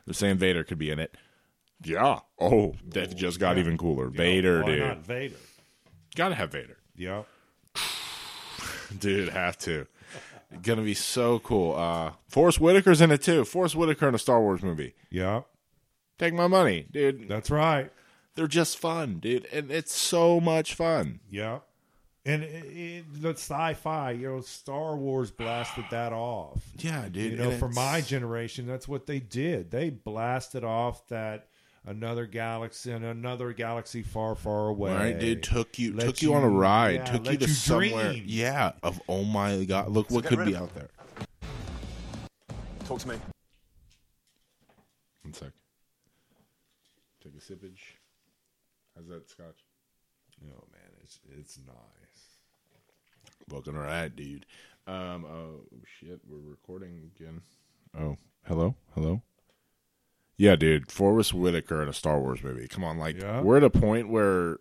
They're saying Vader could be in it. Yeah. Oh, that just got even cooler. Vader, Why dude. not Vader? Gotta have Vader. Yeah. [laughs] Dude, have to. Gonna be so cool. Uh Forrest Whitaker's in it too. Forrest Whitaker in a Star Wars movie. Yeah. Take my money, dude. That's right. They're just fun, dude, and it's so much fun. Yeah. And it, it, the sci-fi, you know, Star Wars blasted that off. Yeah, dude. You know, and for it's- my generation, that's what they did. They blasted off that another galaxy and another galaxy far, far away. right, dude, took you Let took you, on a you- ride, yeah, took you let to you somewhere. dream. Yeah, of oh my god, look what get could rid be of out there. Talk to me. One sec. Take a sippage. How's that scotch? Oh man, it's it's nice. Looking right, dude. Um. Oh shit, we're recording again. Oh, hello, hello. Yeah, dude. Forrest Whitaker in a Star Wars movie. Come on, like Yeah. we're at a point where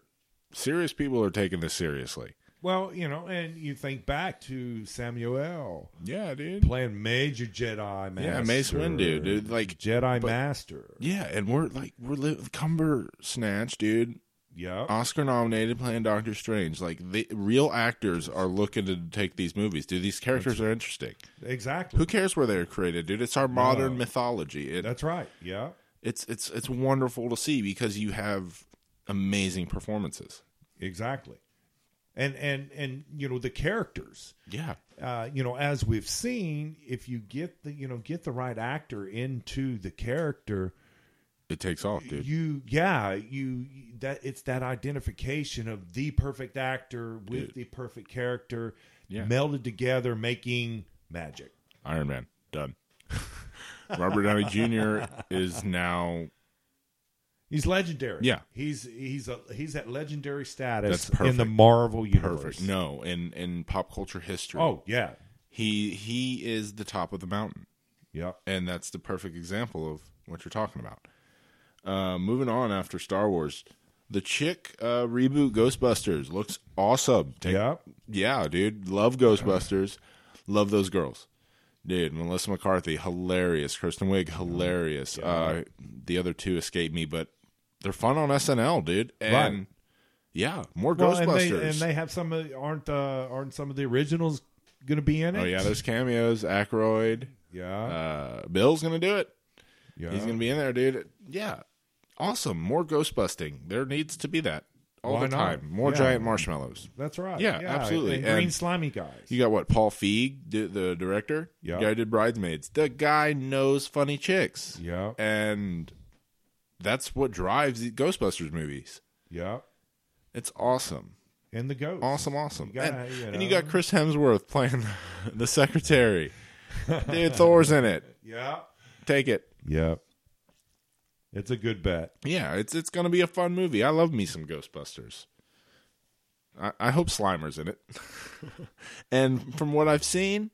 serious people are taking this seriously. Well, you know, and you think back to Samuel Yeah, dude. playing Major Jedi Master. Yeah, Mace Windu, dude. Like, Jedi but- Master. yeah, and we're like, we're li- Cumber Snatch, dude. Yep. Oscar nominated playing Doctor Strange. Like, the real actors are looking to take these movies, dude. These characters are interesting. exactly. Who cares where they were created, dude? It's our modern No. mythology. It, That's right. Yeah. it's it's it's wonderful to see because you have amazing performances. Exactly. And and and you know the characters. Yeah, uh, you know, as we've seen, if you get the you know get the right actor into the character, it takes off, dude. you yeah you that it's that identification of the perfect actor with the perfect character Yeah. melded together, making magic. Iron Man done. Robert Downey Jr. is now He's legendary. Yeah. he's he's a he's at legendary status That's perfect. in the Marvel universe. perfect. No, in in pop culture history, Oh yeah, he he is the top of the mountain. yeah. and that's the perfect example of what you're talking about. Uh, moving on after Star Wars, the chick uh, reboot Ghostbusters looks awesome. Take- Yeah. yeah, dude, love Ghostbusters, love those girls, dude. Melissa McCarthy, hilarious. Kristen Wiig, Oh, hilarious. Uh, the other two escape me, but they're fun on SNL, dude. And Right. yeah, more Well, and Ghostbusters. they and they have some of, aren't uh, aren't some of the originals going to be in it? oh yeah, there's cameos. Aykroyd, yeah, uh, Bill's gonna do it. yeah. He's gonna be in there, dude. Yeah, awesome. More ghost busting. There needs to be that all Why the not? time. More Yeah. giant marshmallows. That's right. Yeah, absolutely. And And- green slimy guys. You got what? Paul Feig, the, the director. Yeah. The guy who did Bridesmaids. The guy knows funny chicks. yeah. And that's what drives the Ghostbusters movies. Yeah. It's awesome, And the goat. awesome, awesome. You gotta, and, you and you know. got Chris Hemsworth playing [laughs] the [laughs] secretary. Dude, Thor's in it. Yeah. Take it. Yeah. It's a good bet. Yeah, it's it's gonna be a fun movie. I love me some Ghostbusters. I, I hope Slimer's in it. and from what I've seen,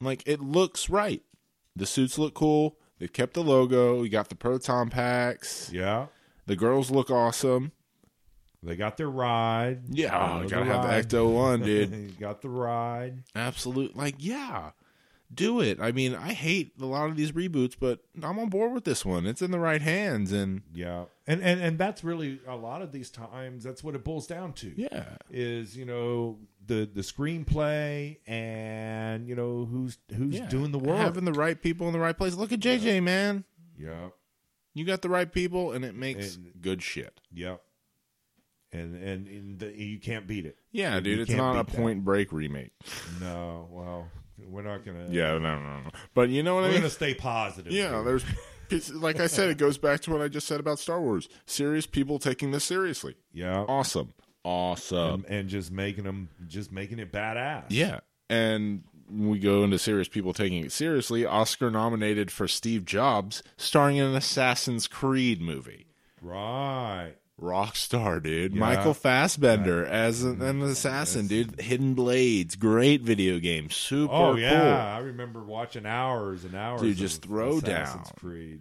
like it looks right. The suits look cool. They've kept the logo. We got the proton packs. Yeah. The girls look awesome. They got their ride. Yeah, You know, gotta have Oh, ride. the Ecto [laughs] one, dude. You got the ride. Absolute, like, yeah, do it. I mean, I hate a lot of these reboots, but I'm on board with this one. It's in the right hands, and Yeah. And, and and that's really a lot of these times that's what it boils down to. yeah, Is, you know, the the screenplay and you know who's who's yeah. doing the work. having the right people in the right place. Look at JJ, man. yeah. You got the right people, and it makes And- good shit. Yeah. And and, and the, you can't beat it. Yeah, dude, you it's can't not a beat that. Point Break remake. No, well, we're not gonna. Yeah, no, no, no. But you know what we're [laughs] I mean? gonna stay positive. Yeah, here. there's it's- like I said, it goes back to what I just said about Star Wars. Serious people taking this seriously. yeah, Awesome, awesome. and, and just making them, just making it badass. Yeah, and we go into serious people taking it seriously. Oscar nominated for Steve Jobs, starring in an Assassin's Creed movie. right. Rock star, dude. Yeah. Michael Fassbender as an, an assassin, dude. Hidden Blades, great video game, super Oh cool. yeah, I remember watching hours and hours. Dude, of just throw Assassin's down. Creed,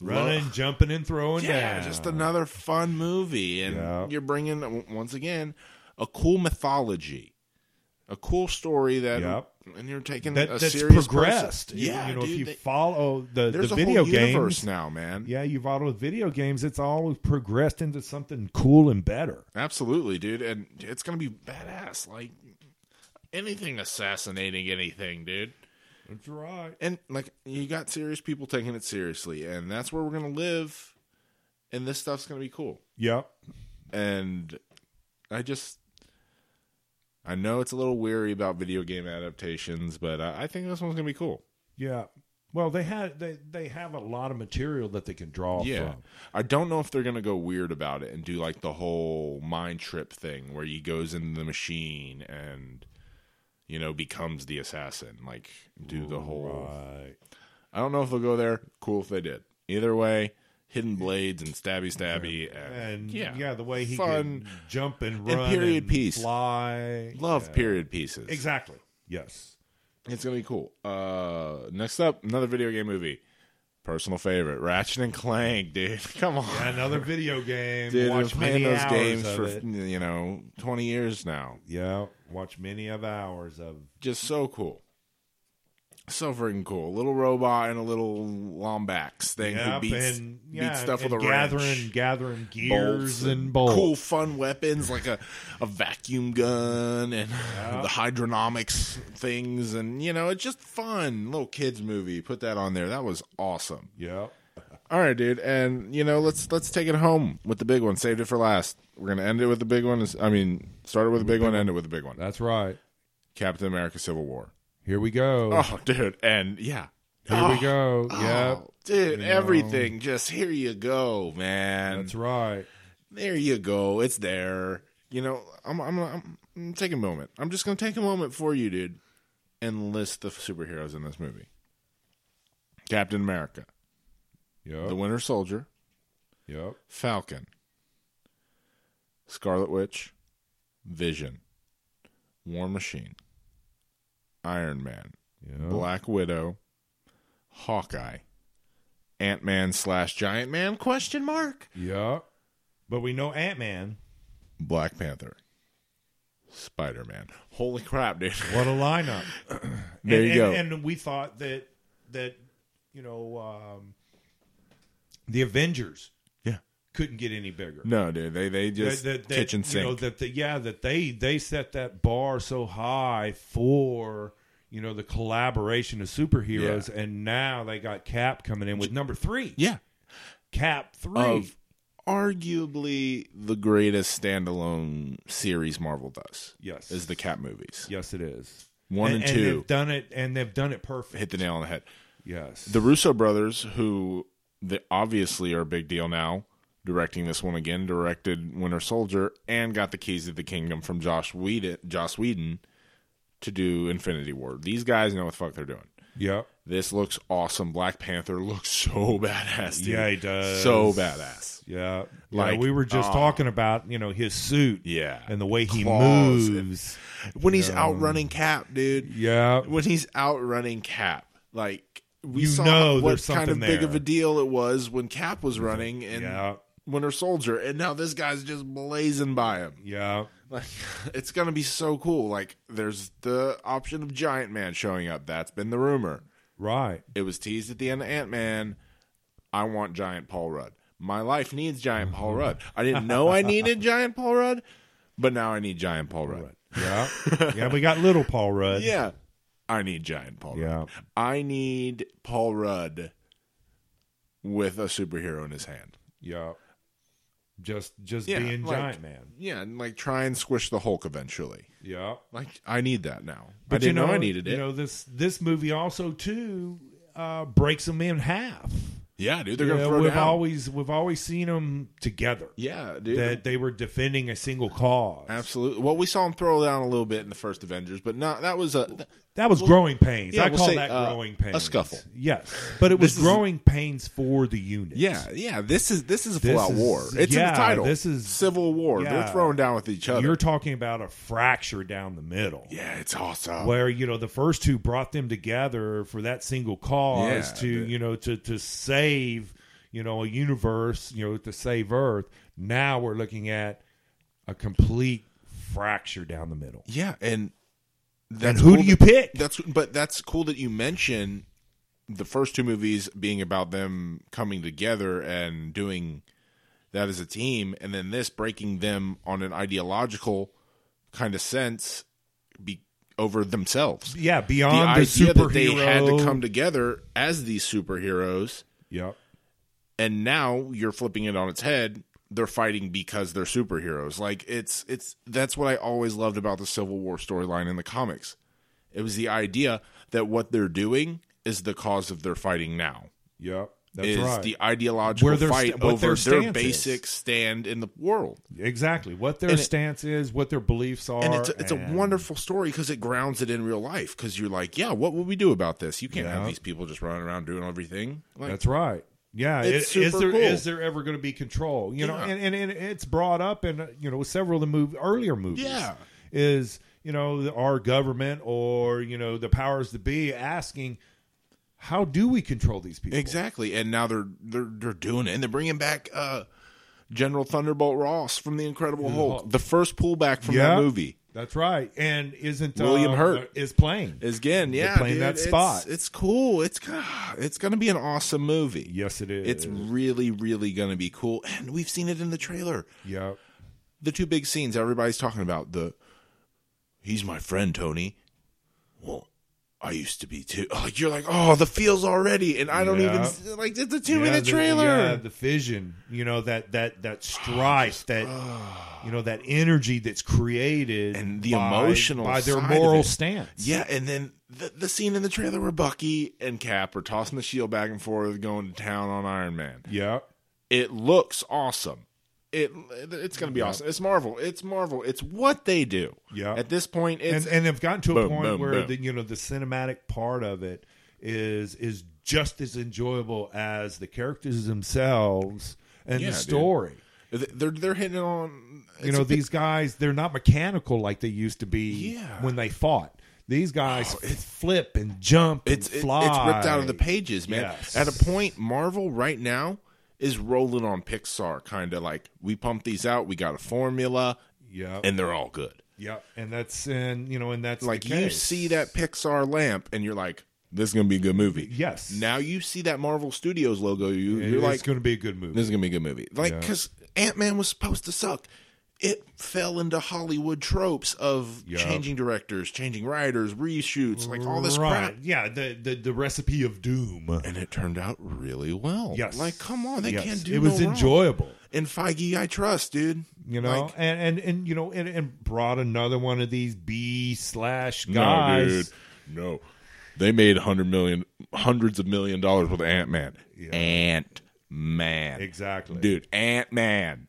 Lo- running, jumping, and throwing Yeah, down. just another fun movie, and Yeah. you're bringing w- once again a cool mythology, a cool story that, Yep. and you're taking that, a that's serious progressed. person- Yeah, you know, dude, if you they- follow the there's the a video whole universe games. now, man. Yeah, you've followed video games. It's always progressed into something cool and better. Absolutely, dude, and it's gonna be badass. Like anything assassinating anything, dude. That's right. And like you got serious people taking it seriously, and that's where we're gonna live. And this stuff's gonna be cool. Yep. And I just, I know it's a little weary about video game adaptations, but I, I think this one's gonna be cool. Yeah. Well, they had they they have a lot of material that they can draw Yeah, from. I don't know if they're gonna go weird about it and do like the whole mind trip thing where he goes into the machine and you know becomes the assassin. Like do the Uh, whole. Right. I don't know if they'll go there. Cool if they did. Either way, hidden blades and stabby stabby and, And yeah, yeah, the way he Fun. can jump and run, period and piece. fly. love Yeah. period pieces. Exactly. Yes. It's gonna be cool. Uh, next up, another video game movie. Personal favorite, Ratchet and Clank, dude. [laughs] Come on. Another video game. Dude, I've been watch many playing those hours games of for it. you know twenty years now. Yeah, watch many of hours of. just so cool. So freaking cool. A little robot and a little Lombax thing Yep, who beats, and yeah, beats stuff and with a gathering, wrench. gathering Bolts gears and bolts. Cool, fun weapons like a, a vacuum gun and the hydronomics things. And, you know, it's just fun. Little kids movie. Put that on there. That was awesome. Yep. All right, dude. And, you know, let's let's take it home with the big one. Saved it for last. We're going to end it with the big one. I mean, start it with the big one, end it with the big one. That's right. Captain America Civil War. Here we go. Oh, dude, and yeah, Here oh, we go. oh, yep. dude, You know. everything. Just here you go, man. That's right. There you go. It's there. You know, I'm, I'm, I'm, I'm taking a moment. I'm just gonna take a moment for you, dude, and list the superheroes in this movie. Captain America, Yep. the Winter Soldier, Yep. Falcon, Scarlet Witch, Vision, War Machine, Iron Man, Yep. Black Widow, Hawkeye, Ant Man slash Giant Man question mark, Yeah. But we know Ant Man. Black Panther, Spider Man. Holy crap, dude! What a lineup. [laughs] There and, you go. And, and we thought that that you know um, the Avengers Yeah. couldn't get any bigger. No, dude, they they just That- that- that, kitchen You know, sink. that the, yeah, that they they set that bar so high for you know the collaboration of superheroes, and now they got Cap coming in with number three. yeah, Cap three. of arguably the greatest standalone series Marvel does yes, is the Cap movies. yes, it is One and, two they've done it, and they've done it perfect. hit the nail on the head. Yes, The Russo brothers, who that obviously are a big deal now. Directing this one again, directed Winter Soldier, and got the keys of the kingdom from Josh Whedon, Josh Whedon to do Infinity War. These guys know what the fuck they're doing. Yep. This looks awesome. Black Panther looks [laughs] so badass. Dude. Yeah, he does. So badass. Yeah. Like, yeah, we were just uh, talking about, you know, his suit Yeah. and the way he Claws and- moves. when he's outrunning Cap, dude. yeah. When he's outrunning Cap, like we You saw know what there's kind of something big there. of a deal it was when Cap was running and Yeah. Winter Soldier, and now this guy's just blazing by him. [laughs] Yeah. Like it's gonna be so cool. Like there's the option of Giant Man showing up. That's been the rumor. Right. It was teased at the end of Ant Man. I want Giant Paul Rudd. My life needs Giant Mm-hmm. Paul Rudd. I didn't know I [laughs] needed Giant Paul Rudd, but now I need Giant Paul Rudd. [laughs] Yeah. yeah. We got little Paul Rudd. Yeah. I need Giant Paul Rudd. Yeah. I need Paul Rudd with a superhero in his hand. Yeah. Just just Yeah, being like- giant man. Yeah, and like try and squish the Hulk eventually. Yeah. Like I need that now. I But didn't you know, know I needed it. You know, this this movie also too uh breaks them in half. yeah, dude, they're Yeah, gonna throw we've down. always we've always seen them together. yeah, dude. That they were defending a single cause. Absolutely. Well, we saw him throw down a little bit in the first Avengers, but not that was a That was growing pains. yeah, I we'll call say, that uh, growing a pains. scuffle. Yes, but it was This is- growing pains for the unit. yeah, yeah. This is this is a This full out is- war. It's in yeah, the title. this is- civil war. They're yeah. throwing down with each other. you're talking about a fracture down the middle. yeah, it's awesome. Where you know the first two brought them together for that single cause Yeah, to the- you know to to save you know a universe you know to save Earth. Now we're looking at a complete fracture down the middle. Yeah, and And that's who cool do that- you pick? That's but that's cool that you mention the first two movies being about them coming together and doing that as a team, and then this breaking them on an ideological kind of sense be, over themselves. yeah, The beyond the, idea superhero. that they had to come together as these superheroes, Yep. and now you're flipping it on its head. They're fighting because they're superheroes. Like it's it's that's what I always loved about the Civil War storyline in the comics. It was the idea that what they're doing is the cause of their fighting now. Yep. That's is right. the ideological Where their sta- fight what their over their, stance is. basic stand in the world. Exactly. What their And it- stance is, what their beliefs are. And it's a, it's a and- wonderful story because it grounds it in real life. Because you're like, yeah, what will we do about this? You can't have Yeah. these people just running around doing everything. Like, That's right. Yeah. It's It- is super there cool. is there ever going to be control? You know, Yeah. and, and, and it's brought up in uh, you know several of the move earlier movies. Yeah. Is you know the- our government or you know the powers to be asking how do we control these people? Exactly, and now they're they're they're doing it, and they're bringing back uh, General Thunderbolt Ross from the Incredible Hulk. Hulk. The first pullback from Mm-hmm. Yeah. that movie That's right. And isn't William uh, Hurt. is playing? is again, yeah, playing dude, that it's- spot. It's, cool. It's gonna it's gonna be an awesome movie. yes, it is. It's really, really gonna be cool, and we've seen it in the trailer. yep. The two big scenes everybody's talking about. The he's my friend, Tony. Well, I used to be too. [laughs] Like you're like, oh, the feels already, and I don't Yeah. even s- like it's a two Yeah, minute the- trailer. yeah, the fission, you know that that that Oh, strife, that you know that energy that's created, And the by- emotional by their side of moral it. stance. Yeah, and then the, the scene in the trailer where Bucky and Cap are tossing the shield back and forth, going to town on Iron Man. yeah, It looks awesome. It it's gonna be awesome. It's Marvel. It's Marvel. It's what they do. Yeah. At this point, it's and and they've gotten to a Boom, point boom, where boom. the you know the cinematic part of it is is just as enjoyable as the characters themselves and Yeah, the dude. story. they're they're hitting on. it's you know a bit- these guys they're not mechanical like they used to be Yeah. when they fought these guys flip and jump Oh, it's and it- fly it's ripped out of the pages, man. Yes. At a point, Marvel right now is rolling on Pixar, kind of like we pump these out. We got a formula, yeah and they're all good. Yep, and that's and you know, and that's like the you case. see that Pixar lamp and you're like, this is gonna be a good movie. Yes. Now you see that Marvel Studios logo, you It- you're it's like, going to be a good movie. this is gonna be a good movie. Like Yeah. because Ant Man was supposed to suck. It fell into Hollywood tropes of Yeah. changing directors, changing writers, reshoots, like all this right? crap. Yeah, the, the the recipe of doom. And it turned out really well. Yes, Like, come on, they Yes. can't do It was no wrong. enjoyable, And Feige, I trust, dude. you know, Like- and, and and you know, and, and brought another one of these B slash No, dude. guys. No. They made hundred million hundreds of million dollars with Ant Man. Ant Man. Exactly. Dude, Ant Man.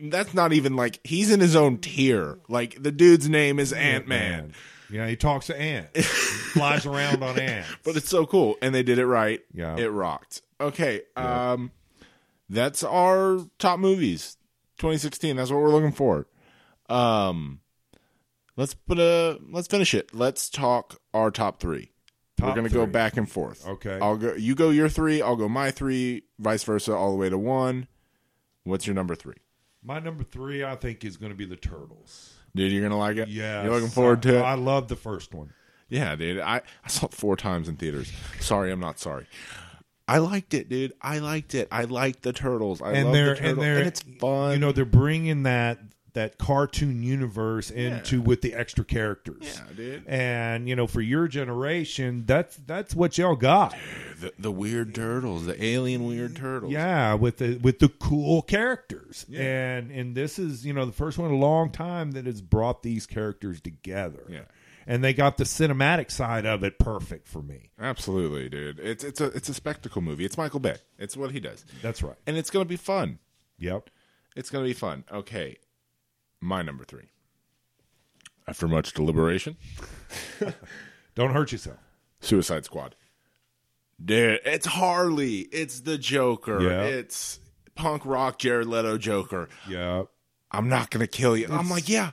That's not even like he's in his own tier. Like the dude's name is Ant Man. Yeah, he talks to ants. [laughs] He flies around on ants. But it's so cool. And they did it right. Yeah. It rocked. Okay. Um that's our top movies. 2016. That's what we're looking for. Um let's put a let's finish it. Let's talk our top three. we're Top gonna go three. back and forth. Okay. I'll go you go your three, I'll go my three, vice versa, all the way to one. What's your number three? My number three, I think, is going to be the turtles. Dude, you're gonna like it. Yeah, You're looking forward to it. Oh, I love the first one. Yeah, dude. I, I saw it four times in theaters. Sorry, I'm not sorry. I liked it, dude. I liked it. I liked the turtles. I and love they're the turtles. and And, they're it's fun. You know, they're bringing that that cartoon universe into with the extra characters. yeah, dude. And you know, for your generation, that's that's what y'all got. The, the weird turtles, the alien weird turtles. Mm, Yeah, with the with the cool characters. Yeah. And and this is, you know, the first one in a long time that has brought these characters together. Yeah. And they got the cinematic side of it perfect for me. Absolutely, dude. It's it's a it's a spectacle movie. It's Michael Bay. It's what he does. That's right. And it's gonna be fun. Yep. It's gonna be fun. Okay. My number three. After much deliberation, Don't hurt yourself. Suicide Squad. Dude, it's Harley. It's the Joker. Yeah. It's punk rock Jared Leto Joker. Yep. I'm not gonna kill you. I'm like, yeah,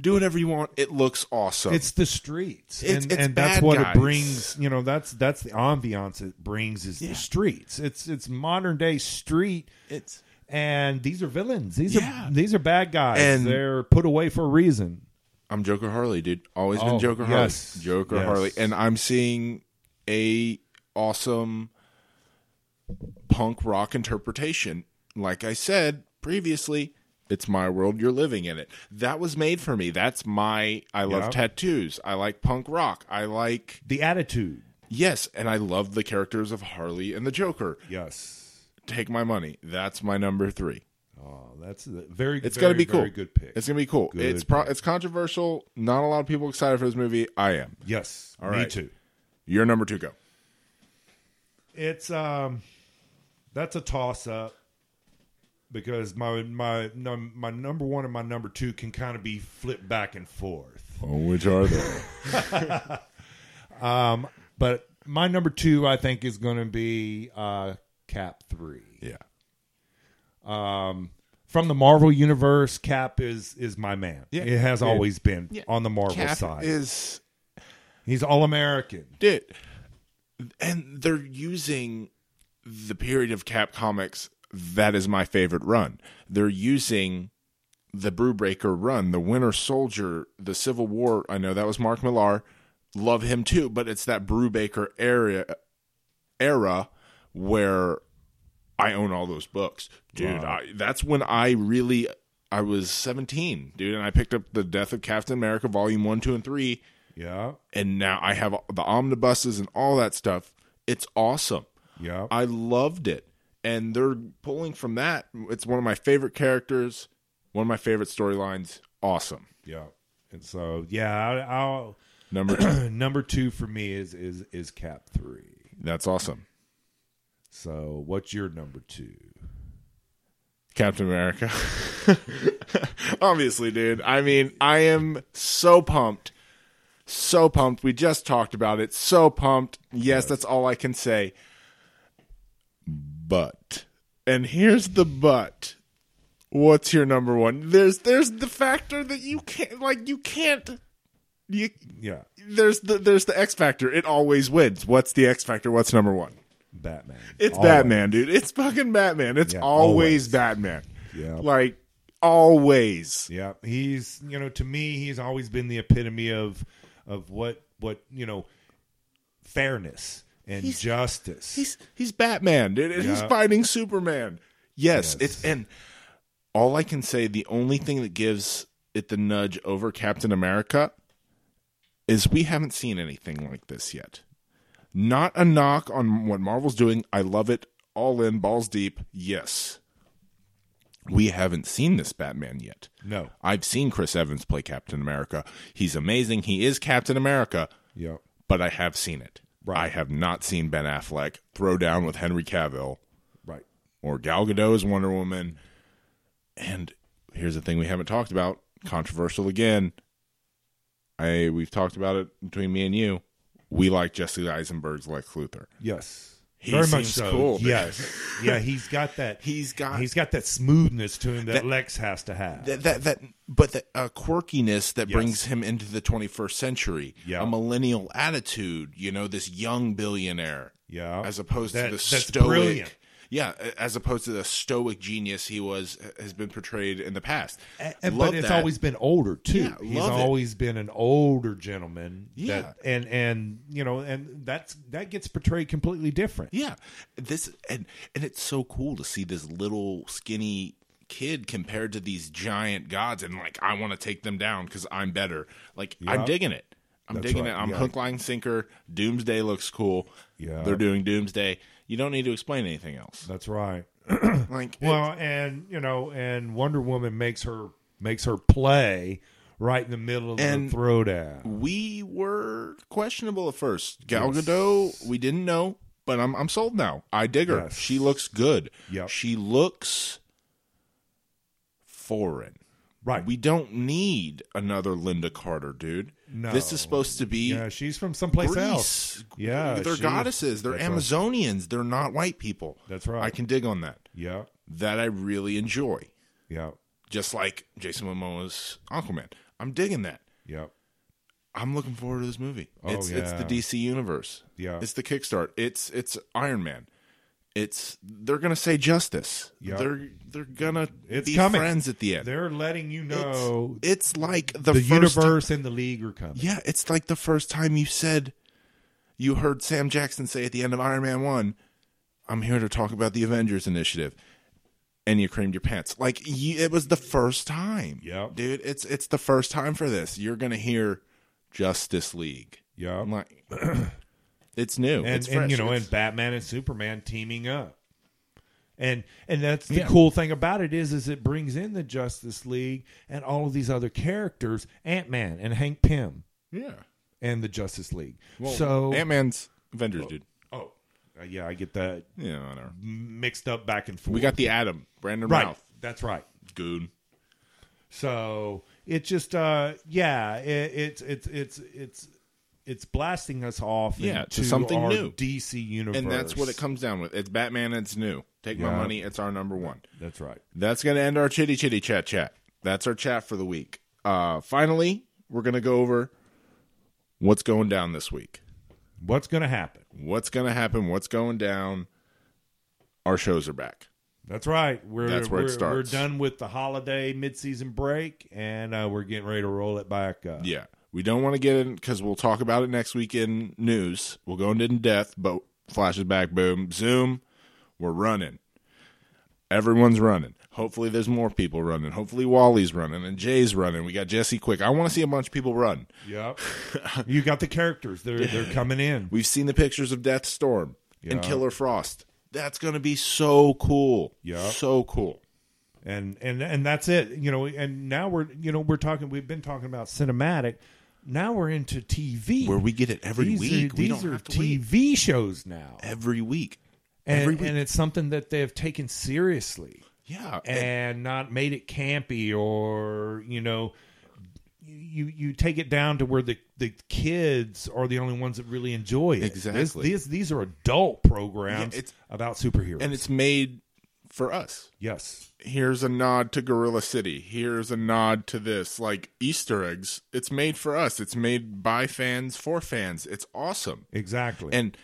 do whatever you want. It looks awesome. It's the streets, It's- and, it's and that's bad what guys. it brings. You know, that's that's the ambiance it brings is the streets. It's it's modern day street, it's and these are villains. These Yeah. are these are bad guys. And- They're put away for a reason. I'm Joker Harley, dude. Always been Oh, Joker yes. Harley. Joker Yes. Harley. And I'm seeing a awesome punk rock interpretation. Like I said previously, it's my world, you're living in it. That was made for me. That's my I love Yeah. tattoos. I like punk rock. I like The attitude, yes, and I love the characters of Harley and the Joker. yes. Take my money. That's my number three. Oh, that's a very. It's very, gonna be cool. Very good pick. It's gonna be cool. Good it's pro- it's controversial. Not a lot of people excited for this movie. I am. yes. All me right. too. Your number two go. It's um, that's a toss up because my my num- my number one and my number two can kind of be flipped back and forth. Oh, which are they? But my number two, I think, is going to be uh, Cap three yeah. from the Marvel universe. Cap is is my man. Yeah. It has always been Yeah. on the Marvel Cap side. is He's all American. it, and they're using the period of Cap Comics that is my favorite run. They're using the Brewbreaker run, the Winter Soldier, the Civil War. I know that was Mark Millar. Love him too, but it's that Brewbaker area era where I own all those books, dude. Wow. I, that's when I really I was seventeen, dude, and I picked up the Death of Captain America, Volume One, Two, and Three Yeah, and now I have the omnibuses and all that stuff. It's awesome. yeah. I loved it. And they're pulling from that. It's one of my favorite characters, one of my favorite storylines. Awesome. Yeah. And so, yeah, I, I'll [clears throat] Number two. number two for me is is is Cap three. That's awesome. So, what's your number two? Captain America. [laughs] Obviously, dude. I mean, I am so pumped. So pumped. We just talked about it. So pumped. Yes, that's all I can say. But and here's the but. What's your number one? There's there's the factor that you can't like you can't you Yeah, there's the there's the X factor. It always wins. What's the X factor? What's number one? Batman. It's Always. Batman, dude. It's fucking Batman. It's Yeah, always, always. Batman. Yeah. Like always. Yeah, he's you know to me he's always been the epitome of of what what you know fairness and justice. He's he's Batman, dude. And he's Yeah. fighting Superman. Yes, Yes. it's and all I can say the only thing that gives it the nudge over Captain America is we haven't seen anything like this yet. Not a knock on what Marvel's doing. I love it. All in, balls deep. Yes. We haven't seen this Batman yet. no, I've seen Chris Evans play Captain America. He's amazing. He is Captain America, yeah, but I have seen it. Right. I have not seen Ben Affleck throw down with Henry Cavill right. or Gal Gadot as Wonder Woman. And here's the thing we haven't talked about, controversial again. I we've talked about it between me and you. We like Jesse Eisenberg's Lex Luthor. Yes. He Very much seems so. cool. Yes. yeah, he's got [laughs] that He's got he's got that smoothness to him that, That- Lex has to have. that that, that but the uh, quirkiness that Yes. brings him into the 21st century Yeah. a millennial attitude you know this young billionaire yeah. as opposed That- to the that's stoic brilliant. yeah a- as opposed to the stoic genius he was has been portrayed in the past A- and- Love but it's that. always been older too. Yeah, He's love it. always been an older gentleman. Yeah. that- and and you know, and that's that gets portrayed completely different. yeah this and and it's so cool to see this little skinny kid compared to these giant gods and like i want to take them down because i'm better like i'm Yeah. digging it i'm That's digging right, it i'm yeah. hook line sinker doomsday looks cool Yeah. they're doing doomsday you don't need to explain anything [laughs] else That's right. like Well, and you know, and Wonder Woman makes her makes her play right in the middle of And- the throwdown. we were questionable at first. Gal Gadot, we didn't know, but I'm I'm sold now. I dig her. Yes. She looks good. Yep. She looks foreign. Right. We don't need another Linda Carter, dude. No. This is supposed to be yeah, she's from someplace else. Greece. Yeah, they're she- goddesses. They're that's right. Amazonians. They're not white people. That's right. I can dig on that. Yeah. That I really enjoy. Yeah. Just like Jason Momoa's Aquaman. I'm digging that. Yeah. I'm looking forward to this movie. Oh, it's it's the yeah. DC universe. Yeah. It's the Kickstart. It's it's Iron Man. It's they're gonna say justice. Yeah. They're they're gonna It's be coming. friends at the end. They're letting you know it's like the, the first universe and the league are coming. yeah, it's like the first time you said you heard Sam Jackson say at the end of Iron Man One, "I'm here to talk about the Avengers Initiative," and you creamed your pants. Like you, it was the first time. Yep. dude, it's it's the first time for this. You're gonna hear Justice League. Yeah. I'm like, [clears throat] it's new. and, it's and you fresh. know, It's- and Batman and Superman teaming up. And and that's the Yeah. cool thing about it is is it brings in the Justice League and all of these other characters, Ant Man and Hank Pym yeah. and the Justice League. Well, so Ant Man's Avengers, dude. oh uh, yeah, I get that Yeah, whatever. mixed up back and forth. We got the Atom, Brandon right. Routh, That's right. goon. So it just uh yeah, it, it's it's it's it's it's blasting us off Yeah, into to something our new. DC universe. And that's what it comes down with. It's Batman. It's new. Take my Yeah. money. It's our number one. That's right. That's going to end our chitty chitty chat chat. That's our chat for the week. Uh, finally, we're going to go over what's going down this week. What's gonna happen? What's going to happen? What's going down? Our shows are back. That's right. We're That's where it we're, starts. we're done with the holiday midseason break, and uh, we're getting ready to roll it back up. Yeah. We don't want to get in because we'll talk about it next week in news. We'll go into death, but flashes back, boom, zoom. We're running. Everyone's running. Hopefully, there's more people running. Hopefully, Wally's running and Jay's running. We got Jesse Quick. I want to see a bunch of people run. [laughs] Yep. you got the characters. They're they're coming in. We've seen the pictures of Death Storm and Yeah. Killer Frost. That's going to be so cool. Yeah. So cool. and and and that's it you know and now we're you know we're talking we've been talking about cinematic now we're into tv Where we get it every these week. are, we these don't are have to wait. tv shows now Every week. every and, week. and it's something that they have taken seriously Yeah. and not made it campy or you know you you take it down to where the the kids are the only ones that really enjoy it This- Exactly. these these are adult programs Yeah, it's- about superheroes and it's made for us. yes here's a nod to Gorilla City. Here's a nod to this, like Easter eggs. It's made for us. It's made by fans for fans. It's awesome. exactly And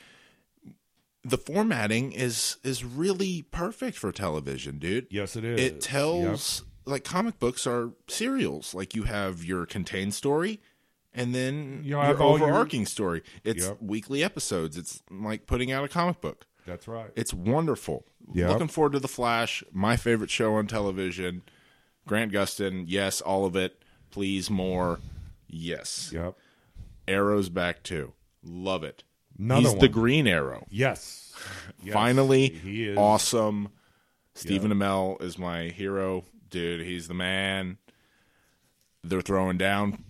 the formatting is is really perfect for television, dude. yes it is It Yep. tells like comic books are serials. Like you have your contained story and then You your have all your- overarching story. It's Yep. weekly episodes. It's like putting out a comic book. that's right It's wonderful. Yeah. Looking forward to The Flash, my favorite show on television. Grant Gustin, yes, all of it. Please, more. Yes. Yep. Arrow's back too. Love it. Another He's one. the Green Arrow. [laughs] yes. Yes. Finally, he is. awesome. Stephen Amell is my hero. Dude, he's the man. They're throwing down.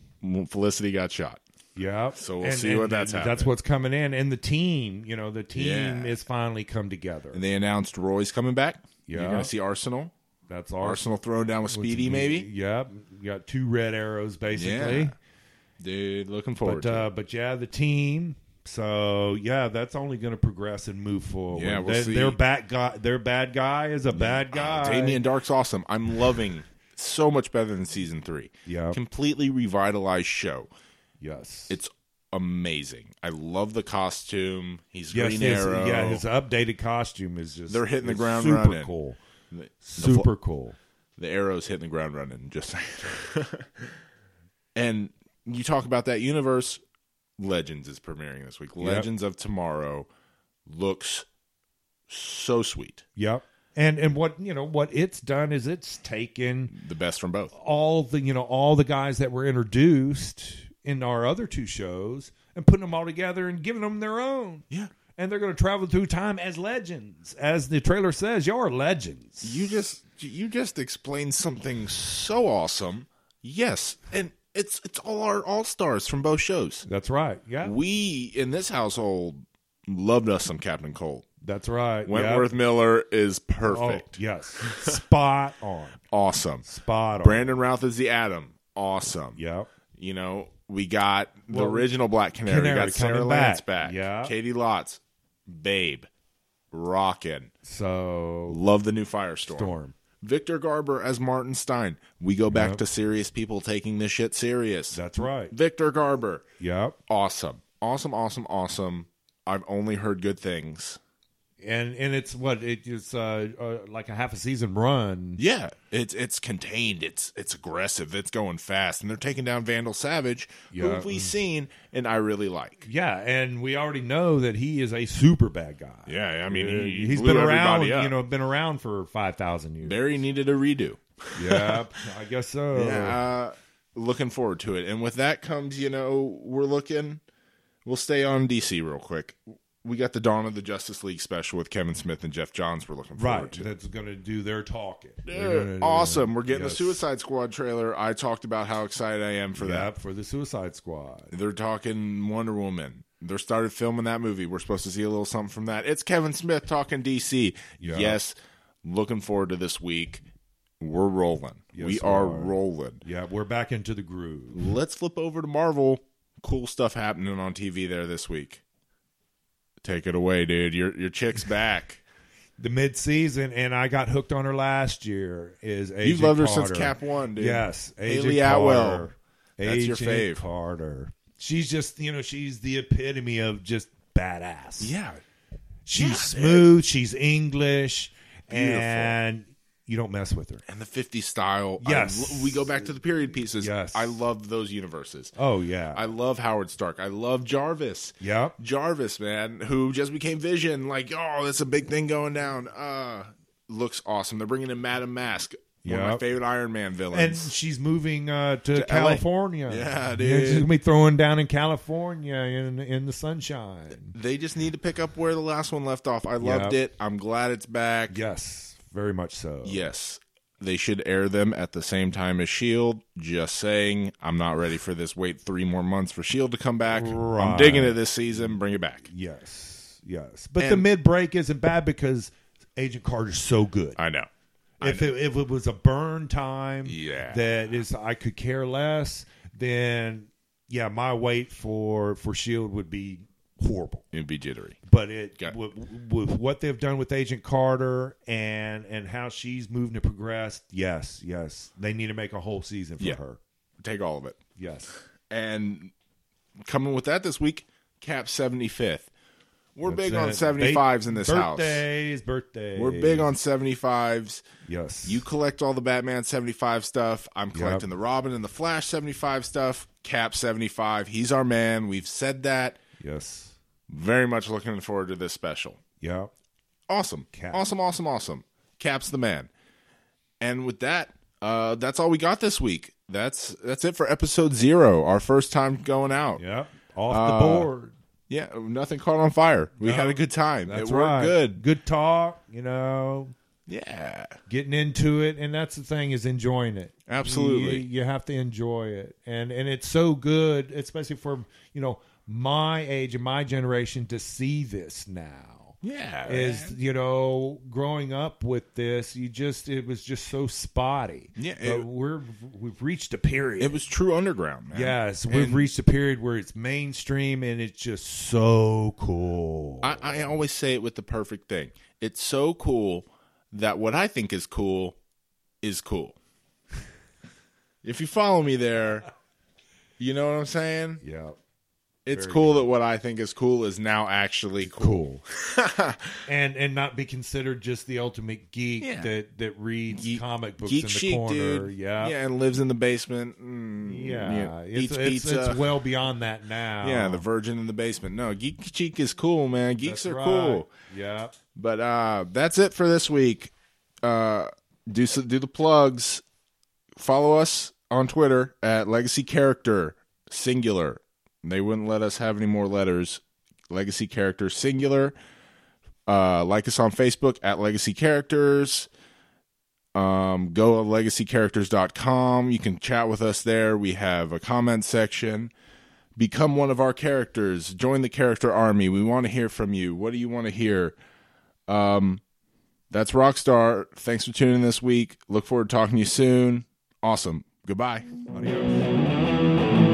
Felicity got shot. Yep. So we'll see what that's That's happening. what's coming in, and the team. You know, the Yeah. team is finally come together. And they announced Roy's coming back. You're Yeah, gonna see Arsenal. that's Arsenal throwing down with Which Speedy, means- maybe. Yep, you got two red arrows basically. Yeah, dude. Looking forward. to But it. uh, but yeah, the team. So yeah, that's only going to progress and move forward. Yeah, we'll Their- see. Their bad guy, their bad guy is a bad guy. Oh, Damien Dark's awesome. I'm loving so much better than season three. Yeah. completely revitalized show. Yes. It's amazing. I love the costume. He's yes, Green his- Arrow. Yeah, his updated costume is just They're hitting the is ground super running. cool. The- the fl- Super cool. the arrows hitting the ground running. Just saying. [laughs] and you talk about that universe. Legends is premiering this week. Legends of Tomorrow looks so sweet. Yep. And and what you know what it's done is it's taken The best from both. all the you know all the guys that were introduced in our other two shows and putting them all together and giving them their own. Yeah. And they're going to travel through time as legends, as the trailer says. Y'all are legends. You just you just explained something so awesome. Yes, and it's it's all our all stars from both shows. That's right. Yeah, We in this household loved us some Captain Cole. that's right. Wentworth Miller is Yep. Oh, perfect. yes, spot on. Oh. Awesome. Spot on. Brandon Routh is the Adam. Awesome. Yep. You know, we got the Well, original Black Canary. Canary we got Sarah coming Lance back. back. Yeah. Katie Lotz, babe, rockin'. So Love the new Firestorm. storm. Victor Garber as Martin Stein. We go back Yep. to serious people taking this shit serious. That's right. Victor Garber, Yep. awesome, awesome, awesome, awesome. I've only heard good things. And and it's what it is uh, uh, like a half a season run. Yeah, it's it's contained. It's it's aggressive. It's going fast, and they're taking down Vandal Savage, who Yeah. we've seen and I really like. Yeah, and we already know that he is a super bad guy. Yeah, I mean, Uh, he he's blew been around, everybody up. you know, been around for five thousand years. Barry needed a redo. yeah, I guess so. [laughs] Yeah, uh, looking forward to it. And with that comes, you know, we're looking. We'll stay on DC real quick. We got the Dawn of the Justice League special with Kevin Smith and Jeff Johns. We're looking forward Right, to. that's going to do their talking. They're Dude, gonna do- awesome. We're getting Yes. the Suicide Squad trailer. I talked about how excited I am for Yep, for the Suicide Squad. that. They're talking Wonder Woman. They're started filming that movie. We're supposed to see a little something from that. It's Kevin Smith talking DC. Yeah. Yes, looking forward to this week. We're rolling. Yes, we we are are. rolling. Yeah, we're back into the groove. Let's flip over to Marvel. Cool stuff happening on TV there this week. Take it away, dude. Your your chick's [laughs] back. The mid-season, and I got hooked on her last year. Is AJ You've loved her Carter. since Cap One, dude. Yes, Agent Haley Atwell. Carter. That's your Agent fave. Carter. She's just you know she's the epitome of just badass. Yeah. She's Yeah, smooth. She's English, Beautiful. and you don't mess with her. And the 50s style. I Yes. lo- we go back to the period pieces. Yes. I love those universes. Oh yeah, I love Howard Stark. I love Jarvis. yep. Jarvis, man, who just became Vision. Like, oh, that's a big thing going down. Uh, looks awesome. They're bringing in Madam Mask, one of my Yep. favorite Iron Man And villains. she's moving uh, to, LA. California. Yeah, dude. she's gonna be throwing down in California in in the sunshine. they just need to pick up where the last one left off. I loved Yep. it. I'm glad it's back. Yes, very much so. Yes. They should air them at the same time as Shield. E Just saying, I'm not ready for this. Wait three more months for Shield E to come back. I'm Right. digging it this season. Bring it back. Yes, yes. But the And- mid break isn't bad because Agent Carter's so good. I know. if it, if it was a burn time Yeah. that is I could care less, then yeah, my wait for for Shield E would be horrible. It'd be jittery. But it Got it. with, with what they've done with Agent Carter and and how she's moving to progress, yes, yes, they need to make a whole season for Yeah. her. Take all of it. Yes, And coming with that this week, Cap 75th. We're That's big on it. 75s in this house. birthdays, birthdays. We're big on 75s. yes. You collect all the Batman 75 stuff. I'm collecting the Robin and the Flash 75 stuff. Cap 75. He's our man. We've said that. yes, Very much looking forward to this special. yeah, Awesome. Cap. Awesome, awesome, awesome. Cap's the man. And with that, uh, that's all we got this week. That's that's it for episode zero, our first time going out. yeah. Off Uh, the board. Yeah, nothing caught on fire. We had a good time. That's it worked right. good. Good talk. You know, Yeah. getting into it and that's the thing is enjoying it Absolutely. you, you have to enjoy it and and it's so good especially for you know my age and my generation to see this now Yeah. is man. you know growing up with this you just it was just so spotty Yeah, but it- we're we've reached a period it was true underground, man. yes we've And- reached a period where it's mainstream and it's just so cool I, I always say it with the perfect thing. It's so cool that what I think is cool is [laughs] cool. if you follow me there, you know what I'm saying? yeah It's Very cool that what I think is cool is now actually cool. cool [laughs] and and not be considered just the ultimate geek Yeah. that that reads Geek- comic books Geek in the chic, corner dude. yeah Yeah, and lives in the basement. Mm, Yeah. eats it's, it's, pizza. it's well beyond that now yeah, the virgin in the basement. No, geek chic is cool, man. Geeks That's are right. cool. yeah But uh, that's it for this week. Uh, do so, do the plugs. Follow us on Twitter at Legacy Character Singular. They wouldn't let us have any more letters. Legacy Character Singular. Uh, like us on Facebook at Legacy Characters. Um, go to legacycharacters.com. You can chat with us there. We have a comment section. Become one of our characters. Join the character army. We want to hear from you. What do you want to hear? Um, that's Rockstar. Thanks for tuning in this week. Look forward to talking to you soon. Awesome. Goodbye. Adios.